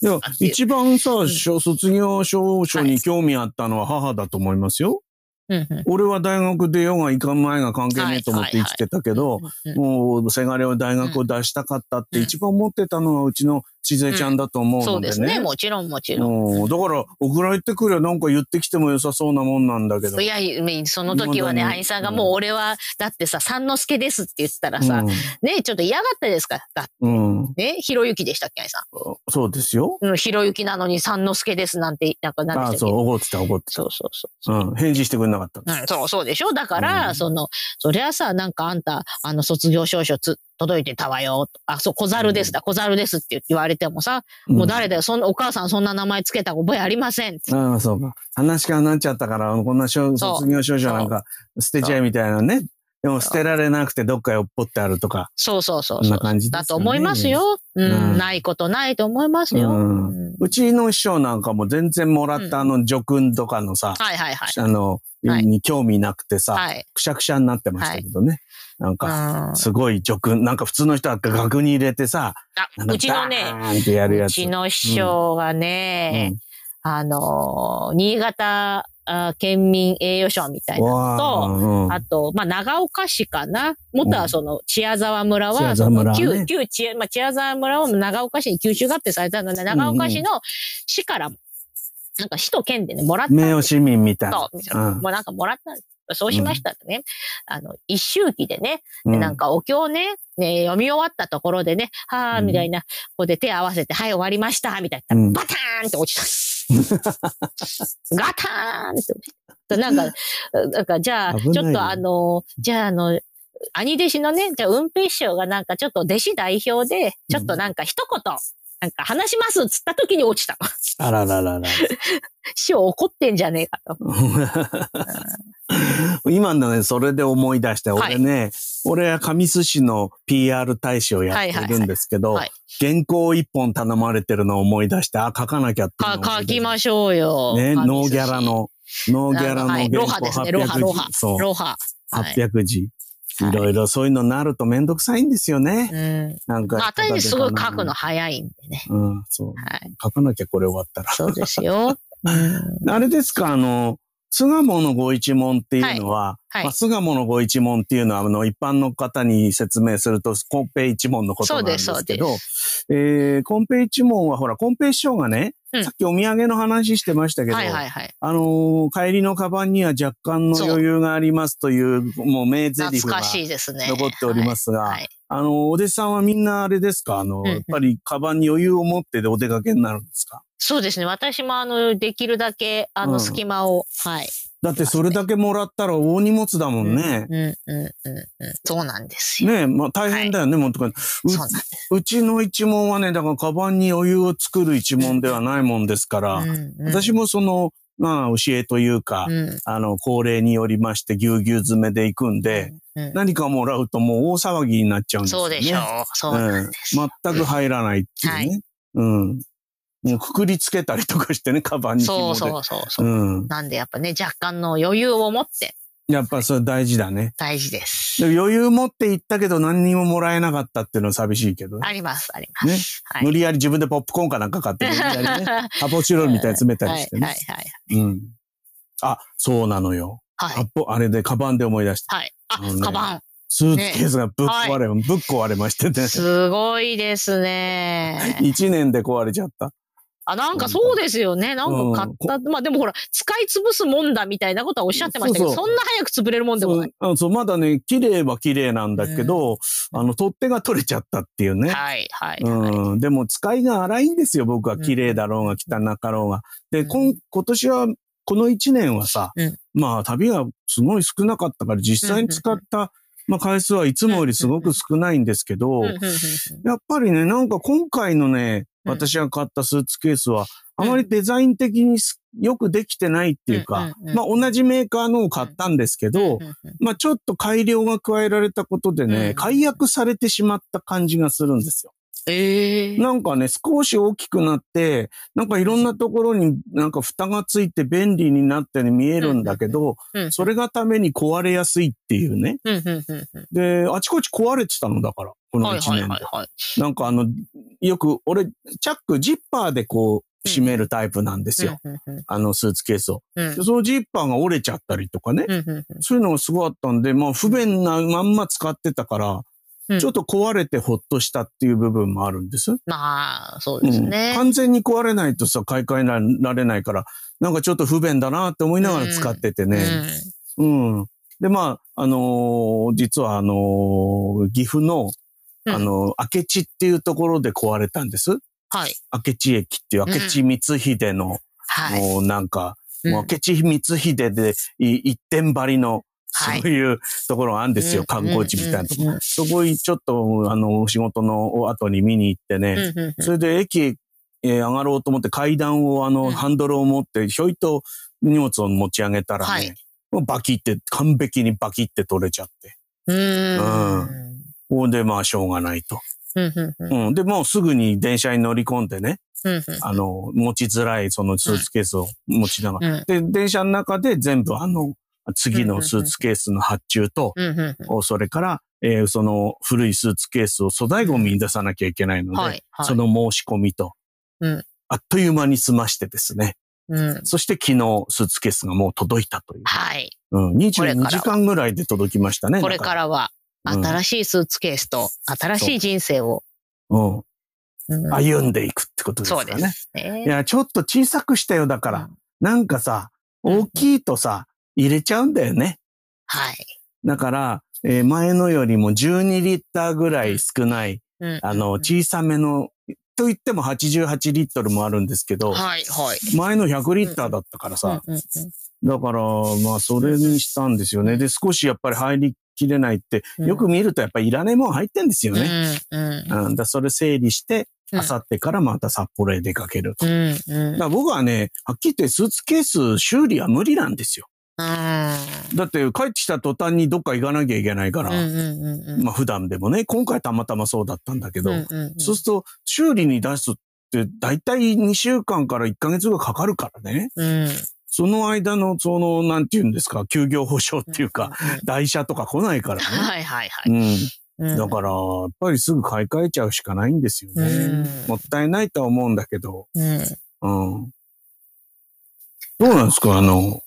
S2: でも一番さ、うん、卒業証書に興味あったのは母だと思いますよ。
S1: うんうん、
S2: 俺は大学でヨガ行かん前が関係ねえと思って生きてたけど、もうせがれを大学を出したかったって一番思ってたのはうちのしずえちゃんだと思うのでね。うん、そうですね。
S1: もちろんもちろん。
S2: だから、送られてくりゃなんか言ってきても良さそうなもんなんだけど。
S1: いや、その時はね、兄さんがもう俺は、だってさ、三之助ですって言ったらさ、うん、ね、ちょっと嫌がったですから。
S2: うん、
S1: ね、ひろゆきでしたっけ、兄さん。
S2: そうですよ。
S1: うん、ひろゆきなのに三之助ですなんて、なんか何
S2: でしたっけ。あ、そう、怒ってた怒ってた。。
S1: そうそうそう。
S2: うん、返事してくれなかった
S1: うん、そうそうでしょ。だから、うん、その、そりゃさ、なんかあんた、あの、卒業証書つ、届いてたわよ。あ、そう、小猿ですだ、小猿ですって言われてもさ、うん、もう誰だよ、そんお母さんそんな名前つけた覚えありません。
S2: ああ、そうか。話からなっちゃったから、こんな卒業証書なんか捨てちゃえみたいなね。でも捨てられなくてどっかよっぽってあるとか。、
S1: そうそうそうそんな感じ、ね、だと思いますよ。うん、うん、ないことないと思いますよ。うん
S2: うちの師匠なんかも全然もらったあの助訓とかのさ、
S1: はいはいはい。
S2: あの、に興味なくてさ、はい、くしゃくしゃになってましたけどね。はいなんか、すごい直、なんか普通の人は額に入れてさ、
S1: うちのね、うちの師匠がね、うん、あの、新潟県民栄誉賞みたいなのと、うん、あと、まあ、長岡市かな。元はその、千谷沢村は、その旧、ね、旧千谷、まあ、千谷沢村は長岡市に吸収合併されたので、長岡市の市からも、なんか市と県でね、もらった。
S2: 名誉市民みたいな。
S1: そう、うん、もうなんかもらったんです。そうしましたらね、うん、あの、一周期でね、でなんかお経をね、ね、読み終わったところでね、はあ、みたいな、ここで手合わせて、はい、終わりました、みたいな、バターンって落ちた。ガターンって落ちた。なんか、なんか、じゃあ、ちょっとあの、じゃあ、あの、兄弟子のね、じゃあ、運平師匠がなんかちょっと弟子代表で、ちょっとなんか一言、なんか話しますっつった時に落ちた。
S2: あらららら。
S1: 師匠怒ってんじゃねえかと。
S2: 今のね、それで思い出して、はい、俺ね、俺は神寿司の PR 大使をやってるんですけど、原稿一本頼まれてるのを思い出して、あ、書かなきゃって
S1: 書きましょうよ。
S2: ね、ノーギャラの、ノーギャラの原
S1: 稿800字。ロハですね、ロハ、ロハ。
S2: そう。
S1: ロハ。。
S2: 800字。いろいろそういうのなるとめんどくさいんですよね。うん
S1: なんか。私すごい書くの早いんでね。
S2: うん、そう。はい、書かなきゃこれ終わったら。
S1: そうですよ。
S2: あれですか、あの、巣鴨のご一門っていうのは、はいはい、まあ、巣鴨のご一門っていうのは、あの、一般の方に説明すると、コンペ一門のことなんですけど、えー、コンペ一門は、ほら、コンペ師匠がね、うん、さっきお土産の話してましたけど、あのー、帰りのカバンには若干の余裕がありますという、もう名台詞が残っておりますが、すねはい、あのー、お弟子さんはみんなあれですかあのー、やっぱりカバンに余裕を持ってでお出かけになるんですか
S1: そうですね。私もあの、できるだけ、あの、隙間を、うん、はい。
S2: だってそれだけもらったら大荷物だもん
S1: ね。うん、うん、うん、うん。そうなんですよ。
S2: ねえ、まあ大変だよね、はい、もうとかう。うちの一門はね、だからカバンに余裕を作る一門ではないもんですから、私もその、まあ、教えというか、うん、あの、恒例によりまして、ぎゅうぎゅう詰めでいくんで、うんうん、何かもらうともう大騒ぎになっちゃうんですよ、ね。そう、
S1: でしょう。そうなんです
S2: うん、全く入らないっていうね。はい、うん。もうくくりつけたりとかしてね、カバンに
S1: そうそうそうそう、うん、なんでやっぱね、若干の余裕を持って。
S2: やっぱそれ大事だね。
S1: 大事です。
S2: で余裕持って行ったけど何にももらえなかったっていうのは寂しいけど、
S1: あります、あります。
S2: ね無理やり自分でポップコーンかなんか買って 、無理やりね、ハポチロールみたいに詰めたりしてね。はいはいはい、うん。あ、そうなのよ。はい。あれで、カバンで思い出した。
S1: はい。あ、カバン。
S2: スーツケースがぶっ壊れ、ぶっ壊れましてね。
S1: すごいですね。
S2: 1年で壊れちゃった。
S1: あ、なんかそうですよね。なんか買った。うん、まあでもほら、使い潰すもんだみたいなことはおっしゃってましたけど、そんな早く潰れるもんでもない。
S2: そうそう、まだね、綺麗は綺麗なんだけど、うん、あの、取っ手が取れちゃったっていうね。
S1: はい、はい、
S2: うん。でも使いが荒いんですよ、僕は。綺麗だろうが、汚かろうが。で、こん、今年は、この一年はさ、うん、まあ旅がすごい少なかったから、実際に使った、まあ、回数はいつもよりすごく少ないんですけど、やっぱりね、なんか今回のね、私が買ったスーツケースは、あまりデザイン的によくできてないっていうか、まあ同じメーカーのを買ったんですけど、まあちょっと改良が加えられたことでね、解約されてしまった感じがするんですよ。
S1: え
S2: えー、なんかね、少し大きくなって、なんかいろんなところになんか蓋がついて便利になったように見えるんだけど、それがために壊れやすいっていうね。で、あちこち壊れてたのだから、この1年で。なんかあの、よく俺、チャック、ジッパーでこう、閉めるタイプなんですよ。あのスーツケースを、うん、そのジッパーが折れちゃったりとかね。そういうのがすごかったんで、まあ不便なまんま使ってたから、ちょっと壊れてほっとしたっていう部分もあるんです。
S1: まあ、そうですね、
S2: うん、完全に壊れないとさ、買い替えられないから、なんかちょっと不便だなって思いながら使っててね。うん、うん。で、まあ、あのー、実はあのー、岐阜の、あのー、明智っていうところで壊れたんです。
S1: はい。
S2: 明智駅っていう明智光秀の、うん、はい、もうなんか、もう明智光秀で一点張りの、そういうところがあるんですよ、観光地みたいなところ。そこにちょっと、あの、仕事の後に見に行ってね、それで駅、え上がろうと思って階段を、あの、ハンドルを持って、ひょいと荷物を持ち上げたらね、はい、バキって、完璧にバキって取れちゃって。
S1: うん。
S2: うん。ほんで、まあ、しょうがないと。うん。で、もうすぐに電車に乗り込んでね、あの、持ちづらい、そのスーツケースを持ちながら。で、電車の中で全部、あの、次のスーツケースの発注と、それから、えー、その古いスーツケースを粗大ゴミに出さなきゃいけないので、はいはい、その申し込みと、
S1: うん、
S2: あっという間に済ましてですね、
S1: うん、
S2: そして昨日スーツケースがもう届いたという。
S1: はい。
S2: うん、22時間ぐらいで届きましたね。
S1: これからは、新しいスーツケースと、新しい人生を。
S2: うん。うん、歩んでいくってことですかね。
S1: そうですね。
S2: いや、ちょっと小さくしたよ、だから。なんかさ、大きいとさ、入れちゃうんだよね。
S1: はい。
S2: だから、えー、前のよりも12リッターぐらい少ない、あの、小さめの、と言っても88リットルもあるんですけど、
S1: はい、はい。
S2: 前の100リッターだったからさ、だから、まあ、それにしたんですよね。で、少しやっぱり入りきれないって、よく見るとやっぱりいらねえもん入ってんですよね。
S1: うん、
S2: うん。だそれ整理して、あさってからまた札幌へ出かけると。うん、うん。僕はね、はっきり言ってスーツケース修理は無理なんですよ。
S1: だ
S2: って帰ってきた途端にどっか行かなきゃいけないから、まあ普段でもね、今回たまたまそうだったんだけど、そうすると修理に出すって大体2週間から1ヶ月がかかるからね。
S1: うん、
S2: その間の、その、なんて言うんですか、休業保障っていうか、台車とか来ない からね。。
S1: はいはいはい
S2: うんだから、やっぱりすぐ買い替えちゃうしかないんですよね。うん、もったいないとは思うんだけど。
S1: うん。
S2: うん。どうなんですかあの、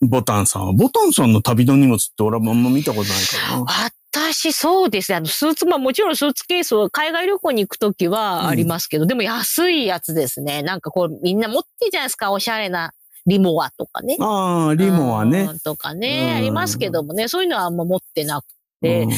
S2: ボタンさんは。ボタンさんの旅の荷物って俺はあんま見たことないからな。
S1: 私、そうですね。あの、スーツ、まあもちろんスーツケースを海外旅行に行くときはありますけど、うん、でも安いやつですね。なんかこう、みんな持ってるじゃないですか。おしゃれなリモアとかね。
S2: ああ、リモアね。
S1: とかね、ありますけどもね。そういうのはあんま持ってなくて。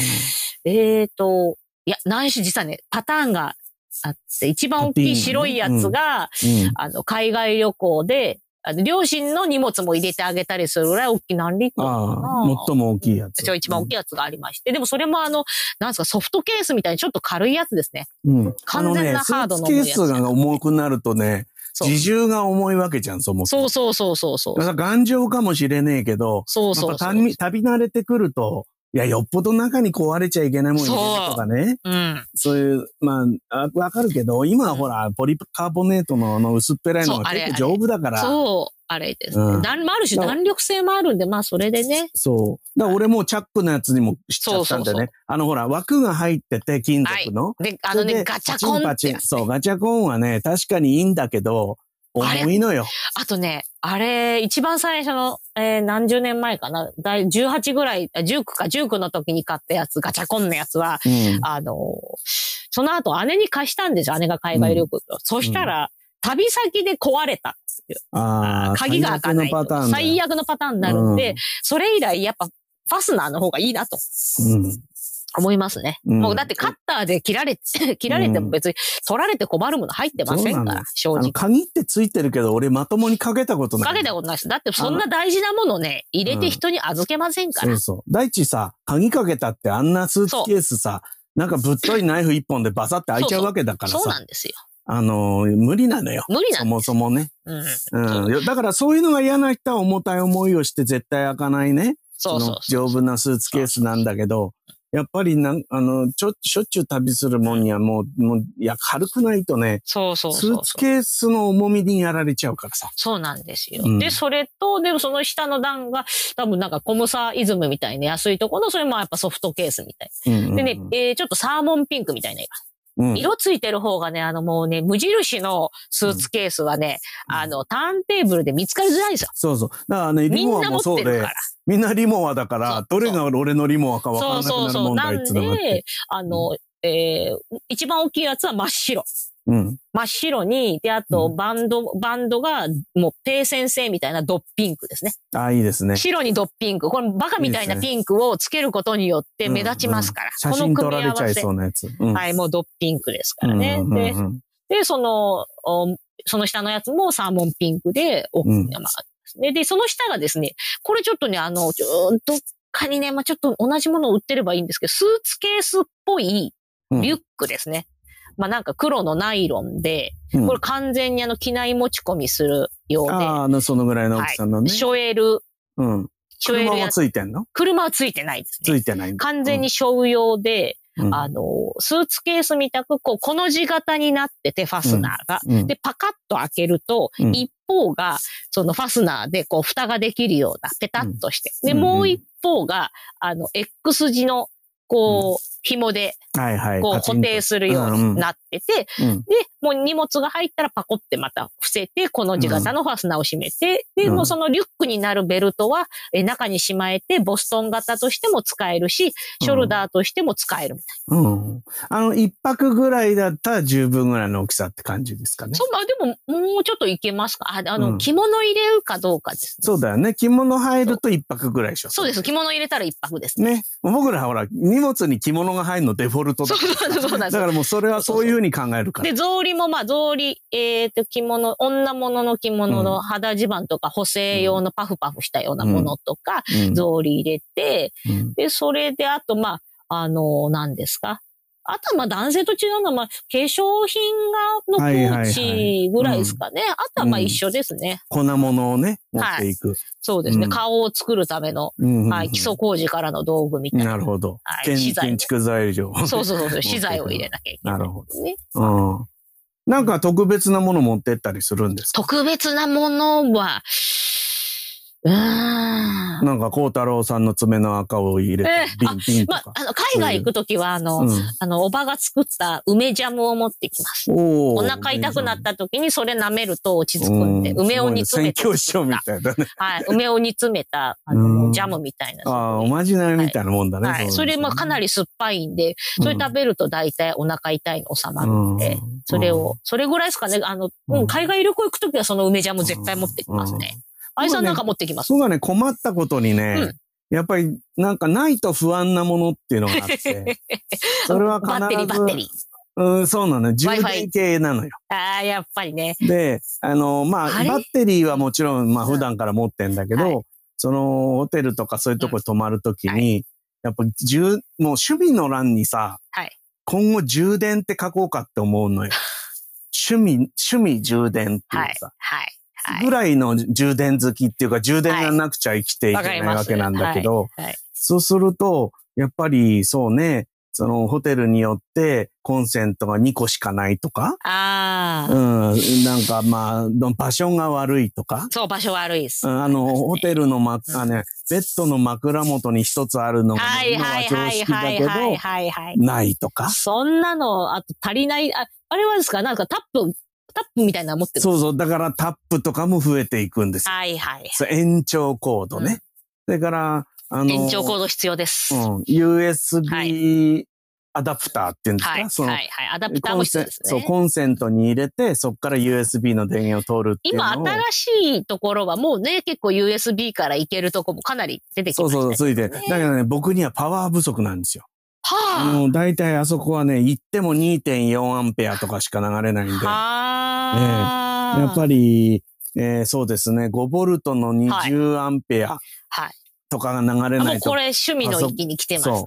S1: えっ、と、いや、ないし、実はね、パターンがあって、一番大きい白いやつが、ねうんうん、あの、海外旅行で、あの、両親の荷物も入れてあげたりするぐらい大きい何リットル
S2: ああ、最も大きいやつ。
S1: 一番大きいやつがありまして。でもそれもあの、なんですか、ソフトケースみたいにちょっと軽いやつですね。
S2: うん。
S1: 完全なハードの
S2: の、ね、スーツケースが重くなるとね、自重が重いわけじゃん、そも
S1: そも。そうそうそうそう
S2: そう。頑丈かもしれねえけど、
S1: そうそう
S2: 旅慣れてくると、いや、よっぽど中に壊れちゃいけないもん入れるとか
S1: ね。そう,、うん、
S2: そういう、まあ、わかるけど、今はほら、ポリカーボネートのあの薄っぺらいのが結構丈夫だから。
S1: そう、あれですね。うん、ある種弾力性もあるんで、まあ、それでね。、
S2: そう。だ俺もチャックのやつにもしちゃったんだよね。あの、ほら、枠が入ってて、金属の。はい
S1: で、あのね、ガチャコンって、ね、
S2: そう、ガチャコンはね、確かにいいんだけど、重いのよ
S1: あ。あとね、あれ、一番最初の、えー、何十年前かな、第18ぐらい、19か19の時に買ったやつ、ガチャコンのやつは、うん、あの、その後姉に貸したんですよ、姉が海外旅行、うん、そしたら、うん、旅先で壊れた
S2: ああ、
S1: 鍵が開かない最悪のパターンになるんで、それ以来、やっぱ、ファスナーの方がいいなと。思いますね。もうだってカッターで切られて、切られても別に取られて困るもの入ってませんから、正直。。
S2: 鍵ってついてるけど、俺まともにかけたことない
S1: かけたことないです。だってそんな大事なものね、入れて人に預けませんから。
S2: そうそう。大地さ、鍵かけたってあんなスーツケースさ、なんかぶっといナイフ一本でバサって開いちゃうわけだからさ。
S1: そうなんですよ。
S2: あのー、無理なのよ。
S1: 無理な
S2: の。そもそもね。うん。うん。だからそういうのが嫌な人は重たい思いをして絶対開かないね。
S1: そうそう
S2: 丈夫なスーツケースなんだけど、やっぱりなん、あの、ちょ、しょっちゅう旅するもんにはもう、もう、いや、軽くないとね。
S1: そうそう
S2: スーツケースの重みにやられちゃうからさ。
S1: そうなんですよ。うん、で、それと、でもその下の段が、多分なんかコムサイズムみたいな安いところの、それもやっぱソフトケースみたい。でね、えー、ちょっとサーモンピンクみたいな色。うん、色ついてる方がね、あのもうね、無印のスーツケースはね、うん、あの、ターンテーブルで見つかりづらいんですよ。
S2: そうそう。だからね、リモアもそうで、みんなリモアだから、どれが俺のリモアか分からなくな
S1: っ
S2: る問題
S1: てのがあって。そうそうそう。なんで、あの、うん、えー、一番大きいやつは真っ白。うん、真っ白に、で、あと、バンド、うん、バンドが、もう、ペイ先生みたいなドッピンクですね。
S2: ああ、いいですね。
S1: 白にドッピンク。これ、バカみたいなピンクをつけることによって目立ちますから。
S2: うんうん、写真撮られちゃいそうなやつ。
S1: うん、はい、もうドッピンクですからね。で、で、その、その下のやつもサーモンピンクで、うんまあで、で、その下がですね、これちょっとね、あの、ちょっと、かにね、まあ、ちょっと同じものを売ってればいいんですけど、スーツケースっぽいリュックですね。まあなんか黒のナイロンで、これ完全にあの機内持ち込みするようで。うん、
S2: ああ、のそのぐらいの大きさのね。
S1: ショエル。
S2: うん。
S1: ショエル。
S2: 車はついてんの
S1: 車はついてないです
S2: ね。ついてない。。
S1: 完全にショウ用で、うん、あの、スーツケースみたく、こう、この字型になってて、ファスナーが。うん、で、パカッと開けると、一方が、そのファスナーで、こう、蓋ができるような、ペタッとして。で、もう一方が、あの、X 字の、こう、紐で、こう固定するようになってて、で、もう荷物が入ったらパコってまた伏せて、この字型のファスナーを閉めて、で、もうそのリュックになるベルトは、え中にしまえて、ボストン型としても使えるし、ショルダーとしても使えるみたいな。うん
S2: あの、一泊ぐらいだったら十分ぐらいの大きさって感じですかね。
S1: そう、まあでも、もうちょっといけますか。あ、あの、着物入れるかどうかです、
S2: そうだよね。着物入ると一泊ぐらいでしょ。
S1: そうです。着物入れたら一泊ですね。
S2: ね。僕らほら、荷物に着物が入るのデフォルトだ。だからもうそれはそういうふうに考えるから。
S1: で、草履もまあ草履、えっ、ー、と着物、女物の着物の肌地盤とか補正用のパフパフしたようなものとか、うん、草履入れて、うん、で、それであとまあ、あのー、何ですかあとはまあ男性と違うのは、まあ、化粧品が、のポーチぐらいですかね。あとはまあ一緒ですね。
S2: 粉物をね、持っていく。はい、
S1: そうですね、うん、顔を作るための、はい、基礎工事からの道具みたいな。
S2: なるほど。はい、建築材料。
S1: そうそう そう。資材を入れなきゃいけない、
S2: なるほど。ね。うん。なんか特別なもの持ってったりするんですか
S1: 特別なものは、うん
S2: なんか、孝太郎さんの爪の赤を入れて、瓶、えー、瓶とか。
S1: まあ、あの、海外行くときは、あの、うん、あの、おばが作った梅ジャムを持ってきます。おお腹痛くなったときにそれ舐めると落ち着くんで、梅を煮詰めた。
S2: 宣教師みたいだね。
S1: はい。梅を煮詰めた、あの、ジャムみたいな。
S2: ああ、おまじないみたいなもんだね。
S1: はい。それもかなり酸っぱいんで、それ食べると大体お腹痛いの収まるんで、それを、それぐらいですかね。あの、うん、海外旅行行くときはその梅ジャム絶対持ってきますね。愛さんなんか持ってきます。
S2: 僕はね、困ったことにね、やっぱりなんかないと不安なものっていうのがあって、 それは必ず。
S1: バッテリー、バッテリー。
S2: うん、そうなの。充電系なのよ。
S1: ああ、やっぱりね。
S2: で、あの、まあ、バッテリーはもちろん、まあ、普段から持ってんだけど、その、ホテルとかそういうとこ泊まるときに、やっぱ、充、もう守備の欄にさ、今後充電って書こうかって思う のよ。趣味、趣味充電っていうさ。
S1: はい。
S2: ぐらいの充電好きっていうか、充電がなくちゃ生きていけないわけなんだけど、そうすると、やっぱりそうね、そのホテルによってコンセントが2個しかないとか、
S1: あ
S2: うん、なんかまあ、場所が悪いとか。
S1: そう、場所悪いです。
S2: あの、ホテルのま、あね、ベッドの枕元に一つあるのが、今は常識だけど、ないとか。
S1: そんなの、あと足りない、ああれはですか、なんかタップタップみたいな持ってる。
S2: そうそう。だからタップとかも増えていくんです
S1: はいはい。
S2: 延長コードね。それから、。
S1: あの、延長コード必要です。うん
S2: USB アダプターっていうんですか、
S1: はい、その、はいはい。アダプターも必要ですね。
S2: そう、コンセントに入れて、そこから USB の電源を通るっていう
S1: 今、新しいところはもうね、結構 USB からいけるとこもかなり出てきました、
S2: そうそう、ついて。だけどね、僕にはパワー不足なんですよ。
S1: は
S2: あ、もう大体あそこはね、行っても2.4アンペアとかしか流れないんで。
S1: は
S2: あ、ね、やっぱり、えー、そうですね、5ボルトの20アンペアとかが流れない
S1: と。はいはい、もうこれ趣味の域に来てますね。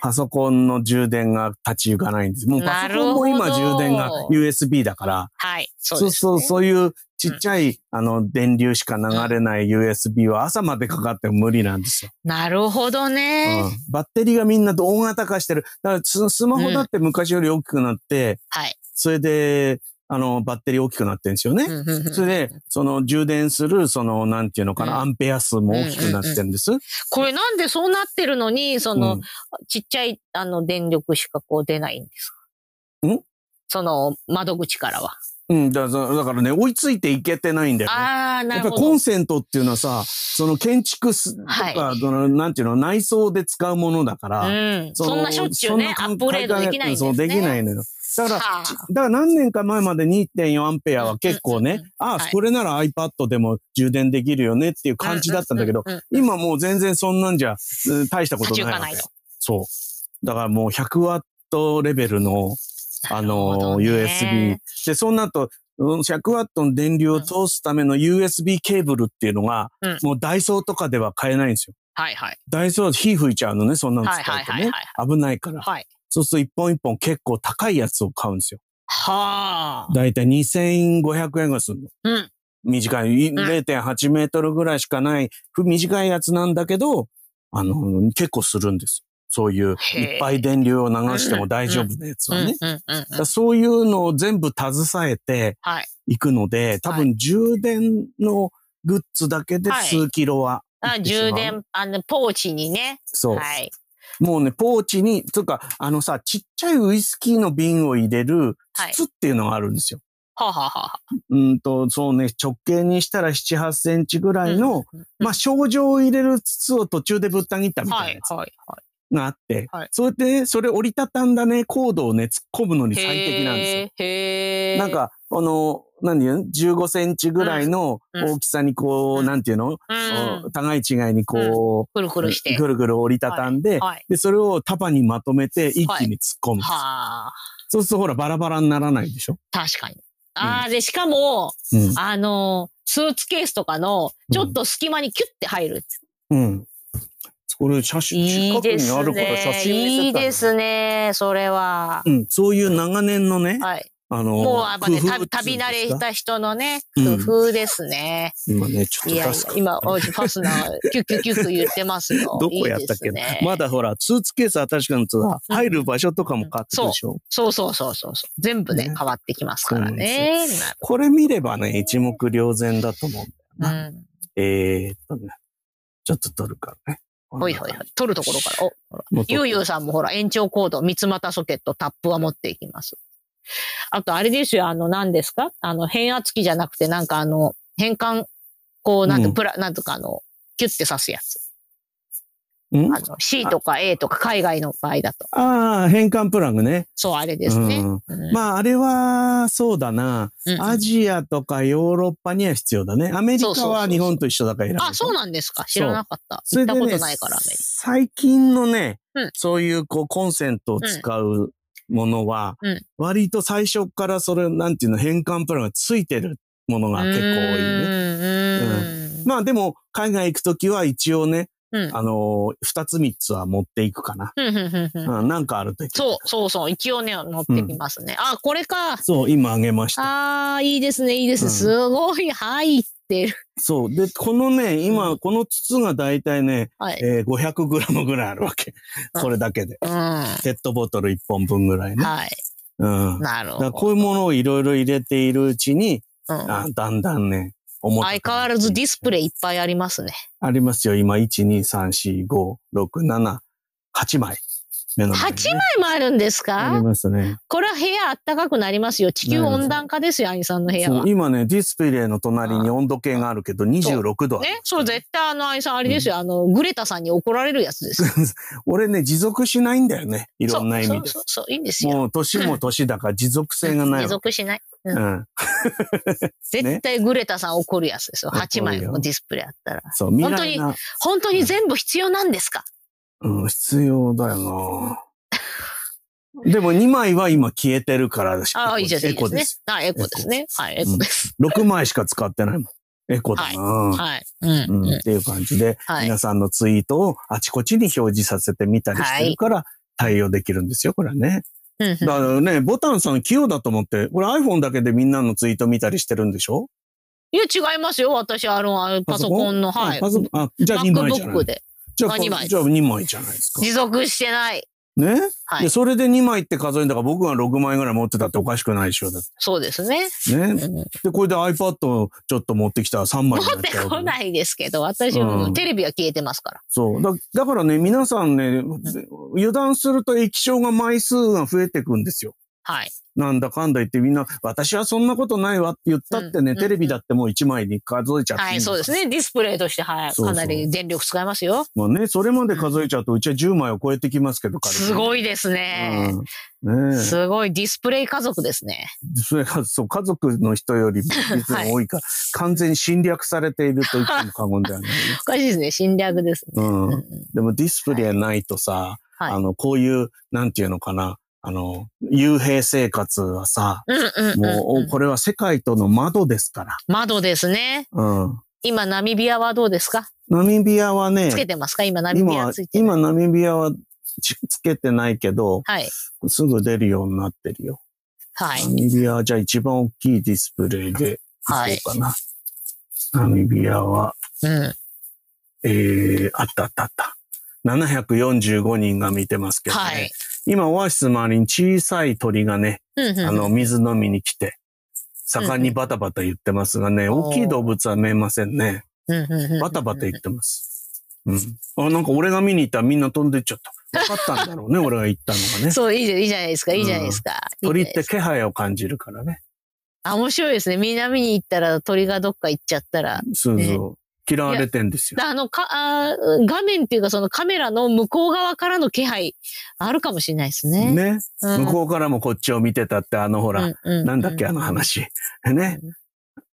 S2: パソコンの充電が立ち行かないんです。もうパソコンも今充電が USB だから。、
S1: はい。そう
S2: ね、そうそういうちっちゃい、うん、あの、電流しか流れない USB は朝までかかっても無理なんですよ。
S1: なるほどね、
S2: うん、バッテリーがみんな大型化してる。だからス、スマホだって昔より大きくなって、
S1: うん、はい。
S2: それで、あの、バッテリー大きくなってるんですよね。それで、その充電する、その、なんていうのかな、うん、アンペア数も大きくなってるんです。
S1: これなんでそうなってるのに、その、うん、ちっちゃい、あの、電力しかこう出ないんです
S2: かん
S1: その、窓口からは。
S2: うん、だだからね、追いついていけてないんだよね。
S1: ああ、なるほど。
S2: やっぱコンセントっていうのはさ、その建築す、はい、とか、その、なんていうの、内装で使うものだから、
S1: うん、そそんなしょっちゅうね、アップグレードできないんですね。そう、
S2: できないのよ。だから、だから何年か前まで2.4アンペアは結構ね、ああ、これなら iPad でも充電できるよねっていう感じだったんだけど、今もう全然そんなんじゃ、大したことないわけ。そう。だからもう100ワットレベルの、あの、USB。で、そうなると、100ワットの電流を通すための USB ケーブルっていうのが、うん、もうダイソーとかでは買えないんですよ。
S1: はいはい。
S2: ダイソーは火吹いちゃうのね、そんなの使うとね。危ないから。
S1: はい。
S2: そうすると一本一本結構高いやつを買うんですよ。
S1: は
S2: あ。だいたい2500円がするの。
S1: うん。
S2: 短い、0.8メートルぐらいしかない、うん、短いやつなんだけど、あの、結構するんです。そういう、いっぱい電流を流しても大丈夫なやつはね。そういうのを全部携えていくので、はい、多分充電のグッズだけで数キロは、
S1: はい、あ。充電、あの、ポーチにね。
S2: そう。はい、もうね、ポーチに、つうか、あのさ、ちっちゃいウイスキーの瓶を入れる筒っていうのがあるんですよ。
S1: はあ、ははは
S2: うんと、そうね、直径にしたら7、8センチぐらいの、まあ、症状を入れる筒を途中でぶった切ったみたいなやつ。
S1: はい、はい、はい。
S2: があって、はい、それで、ね、それ折りたたんだね、コードをね、突っ込むのに最適なんですよ。なんか、あの、何言う ?15 センチぐらいの大きさにこう、うん、なんていうの、うん、互い違いにこ
S1: う、うん、ぐるぐるして。
S2: ぐるぐる折りたたんで、はいはい、で、それを束にまとめて一気に突っ込むんです、
S1: はい、
S2: そうするとほら、バラバラにならないでしょ
S1: 確かに。ああ、で、しかも、あの、スーツケースとかの、ちょっと隙間にキュッて入る。
S2: うん。これ写真、近くにあるから写真見せた
S1: いいですね、それは。
S2: うん、そういう長年のね、
S1: はい、
S2: あの、
S1: もうやっぱね、旅慣れした人のね、工夫ですね。
S2: 今ね、ちょっといやい
S1: や、今、おじファスナ ー、キュキュキュキュ言ってますよ。
S2: どこやったっけまだほら、スーツケース新しくなったら、入る場所とかも変わってるでしょ、
S1: そうそうそうそうそう。全部ね、変わってきますからね。
S2: これ見ればね、一目瞭然だと思うんだよな。うん、えっとね、ちょっと撮るからね。
S1: ほいほいほい。取るところから。お、ほら。ゆうゆうさんもほら、延長コード、三つ股ソケット、タップは持っていきます。あと、あれですよ、あの、何ですかあの、変圧器じゃなくて、なんかあの、変換、こう、なんて、プラ、うん、なんとかあの、キュッて刺すやつ。あの C とか A とか海外の場合だと。
S2: ああ、変換プラグね。
S1: そう、あれですね。
S2: まあ、あれは、そうだな、アジアとかヨーロッパには必要だね。アメリカは日本と一緒だからいら
S1: ない。あ、そうなんですか。知らなかった。行ったことないから、アメリカ。
S2: 最近のね、そういうこうコンセントを使うものは、割と最初からそれ、なんていうの、変換プラグがついてるものが結構多いね。うんまあでも、海外行くときは一応ね、うん、あの、二つ三つは持っていくかな。うん、なんかあると
S1: そう、そうそう。一応ね、持ってきますね。うん、あ、これか。
S2: そう、今あげました。
S1: ああ、いいですね、いいです。うん、すごい入ってる。
S2: そう。で、このね、今、この筒がだいたいね、はい、えー、500グラムぐらいあるわけ。これだけで。
S1: うん、
S2: ペットボトル1本分ぐらいね。
S1: はい。
S2: うん。
S1: なるほど。
S2: こういうものをいろいろ入れているうちに、うん、あだんだんね、
S1: 相変わらずディスプレイいっぱいありますね。
S2: ありますよ。今、1、2、3、4、5、6、7、8枚。
S1: 目の前、ね、8枚もあるんですか
S2: ありますね。
S1: これは部屋暖かくなりますよ。地球温暖化ですよ、兄さんの部屋は。
S2: 今ね、ディスプレイの隣に温度計があるけど、26度ある、
S1: ね。そう、絶対あの、兄さんあれですよ。うん、あの、グレタさんに怒られるやつです。
S2: 俺ね、持続しないんだよね。いろんな意味で。そう
S1: そうそう、いいんですよ。
S2: もう年も年だから持続性がない。
S1: 持続しない。
S2: うん。
S1: 絶対グレタさん怒るやつですよ。8枚もディスプレイあったら。
S2: そう、未
S1: 来本当に、本当に全部必要なんですか
S2: うん、必要だよなでも2枚は今消えてるから、
S1: ああ、いいですね。エコです。あエコですね。はい、エコです。
S2: 6枚しか使ってないもん。エコだな、はい
S1: うん
S2: っていう感じで、皆さんのツイートをあちこちに表示させてみたりしてるから、対応できるんですよ、これはね。だからね、ボタンさん器用だと思って、これ iPhone だけでみんなのツイート見たりしてるんでしょ
S1: いや、違いますよ。私、あの、パソコンの、はい。
S2: パソコン、あ、じゃあ2枚じゃない。
S1: で。
S2: じゃあ、2枚。じゃあ2枚じゃないですか。
S1: 持続してない。
S2: ね、はい、それで2枚って数えんだから僕が6枚ぐらい持ってたっておかしくないでしょだって。
S1: そうですね。
S2: ね、で、これで iPad をちょっと持ってきたら3枚
S1: 持ってこないですけど、私もテレビは消えてますから。
S2: そう。だだからね、皆さんね、油断すると液晶が枚数が増えていくんですよ。
S1: はい。
S2: なんだかんだ言ってみんな、私はそんなことないわって言ったってね、テレビだってもう1枚に数えちゃって。
S1: はい、そうですね。ディスプレイとして、はい、かなり電力使いますよ。
S2: まあね、それまで数えちゃうと、うちは10枚を超えてきますけど、
S1: すごいですね。ねすごい、ディスプレイ家族ですね。
S2: ディスプレイ家族、そう、家族の人 より実は多いから、完全に侵略されていると言っても過言ではない。。
S1: おかしいですね、侵略ですね。うん
S2: でもディスプレイないとさ、あの、こういう、なんていうのかな、あの、幽閉生活はさ、もう、これは世界との窓ですから。
S1: 窓ですね。
S2: うん。
S1: 今、ナミビアはどうですか
S2: ナミビアはね。
S1: つけてますか今、ナミビア
S2: ついて今、ナミビアはつけてないけど、
S1: はい。
S2: すぐ出るようになってるよ。
S1: はい。
S2: ナミビアはじゃあ一番大きいディスプレイで、はい。そうかな。ナミビアは、
S1: うん。
S2: えー、あったあったあった。745人が見てますけどね。はい。今、オアシス周りに小さい鳥がね、あの、水飲みに来て、盛んにバタバタ言ってますがね、大きい動物は見えませんね。バタバタ言ってます。うん。あ、なんか俺が見に行ったらみんな飛んでっちゃった。分かったん だろうね、俺が行ったのがね。
S1: そう、いいじゃないですか、いいじゃないですか。
S2: 鳥って気配を感じるからね。
S1: あ、面白いですね。南に行ったら鳥がどっか行っちゃったら。
S2: そうそう。嫌われてんですよ。
S1: あのかあ、画面っていうかそのカメラの向こう側からの気配あるかもしれないですね。
S2: ね。うん、向こうからもこっちを見てたって、あのほら、なんだっけ、あの話。ね。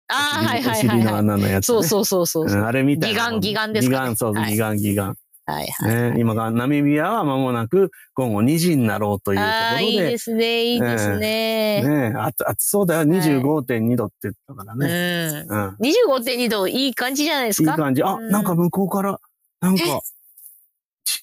S1: ああ、はいはいはい。
S2: お尻の穴のやつ、
S1: そうそうそうそう。
S2: あれみた
S1: いな。ギガンギガンですか、ね。ギ
S2: ガン、そう、ギガンギガン。
S1: はいはい
S2: ね、今がナミビアは間もなく午後2時になろうというところで。
S1: いいですね、いいですね。
S2: ね暑そうだよ、25.2度って言ったから
S1: ね。うん。25.2度、いい感じじゃないですか。
S2: いい感じ。あ、なんか向こうから、なんか、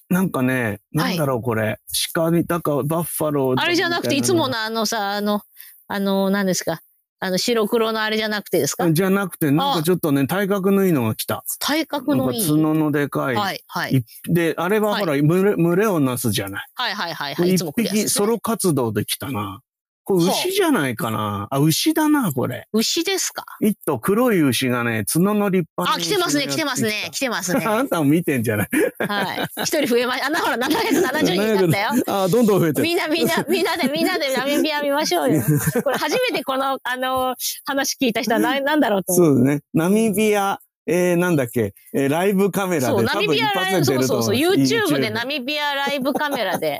S2: なんかね、なんだろうこれ、鹿に、だかバッファロー。
S1: あれじゃなくて、いつものあのさ、あの、あの、何ですか。あの、白黒のあれじゃなくてですか
S2: じゃなくて、なんかちょっとね、体格のいいのが来た。
S1: 体格のいい。
S2: 角のでかい。
S1: はい、はい。
S2: で、あれはほら、群れ、群れをなすじゃない。
S1: はい、はい、はい。
S2: 一匹、ソロ活動で来たな。これ牛じゃないかな。あ、牛だな、これ。
S1: 牛ですか
S2: 一頭黒い牛がね、角の立派
S1: な。あ、来てますね、来てますね、来て ますね。
S2: あんたも見てんじゃない
S1: はい。一人増えました。あんなほら、770人になった
S2: よ。あ、どんどん増えて
S1: る。みんな、 みんな、みんなで、みんなでナミビア見ましょう よ。これ初めてこの、あの、話聞いた人はな、なんだろうと
S2: 思う。そうね。ナミビア。えー、なんだっけ、えー、ライブカメラで多
S1: 分一発で出ると思う。そう、ナミビアライブ、そうそうそう、YouTube でナミビアライブカメラ で。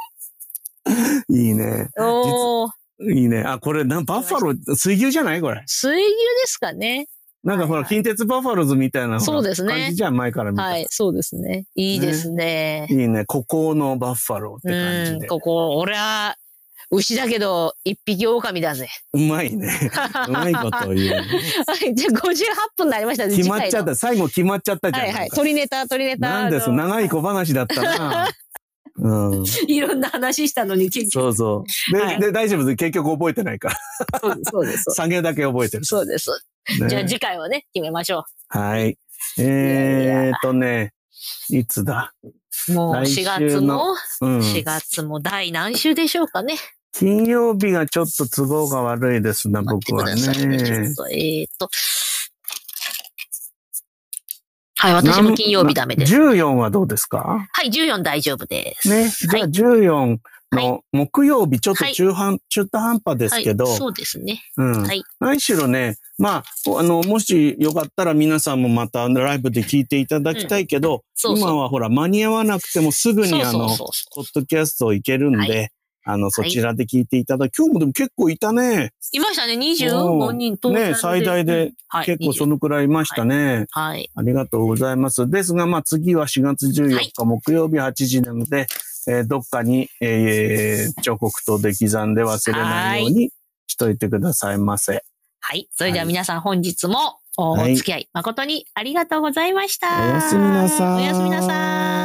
S2: いいね。
S1: おー。
S2: いいね。あ、これ、なバッファロー、水牛じゃないこれ。
S1: 水牛ですかね。
S2: なんかほら、近鉄バッファローズみたいな
S1: そうですね。
S2: 感じじゃん、前から見た
S1: はい、そうですね。いいですね。
S2: いいね。孤高のバッファローって感じで。
S1: ここ、俺は、牛だけど、一匹狼だぜ。、
S2: うまいね。うまいこと言う。は い
S1: じゃあ58分になりましたね。
S2: 決まっちゃった。最後決まっちゃったじゃん。
S1: はいはい。鳥ネタ、鳥ネタ。
S2: なんです。長い小話だった な。うん、
S1: いろんな話したのに結
S2: 局。そうそう。で、はい、で大丈夫です。結局覚えてないから。
S1: そうです。
S2: 下げだけ覚えてる。
S1: そうです。ね、じゃあ次回はね、決めましょ
S2: う。はい。えー、っとね、いつだ
S1: もう4月の、うん、4月も第何週でしょうかね。
S2: 金曜日がちょっと都合が悪いですな、僕はね。
S1: ねえー、っと。はい、私も金曜日ダメです。
S2: 14はどうですか
S1: はい、14大丈夫です。
S2: ね。じゃあ14の木曜日、ちょっと中半、はい、中途半端ですけど。はい
S1: はい、そうですね。
S2: うん。はい。何しろね、まあ、あの、もしよかったら皆さんもまたライブで聞いていただきたいけど、うん、そうそう今はほら、間に合わなくてもすぐにあの、ポッドキャストいけるんで、あの、そちらで聞いていただき、今日もでも結構いたね。
S1: いましたね、25人と。
S2: ね、最大で、結構そのくらいいましたね、
S1: はい。
S2: ありがとうございます。ですが、まあ次は4月14日木曜日8時なので、えー、どっかに、えー、彫刻刀で刻んで忘れないようにしといてくださいませ。
S1: はい。それでは皆さん本日もお付き合い誠にありがとうございました。
S2: おやすみなさい。
S1: おやすみなさい。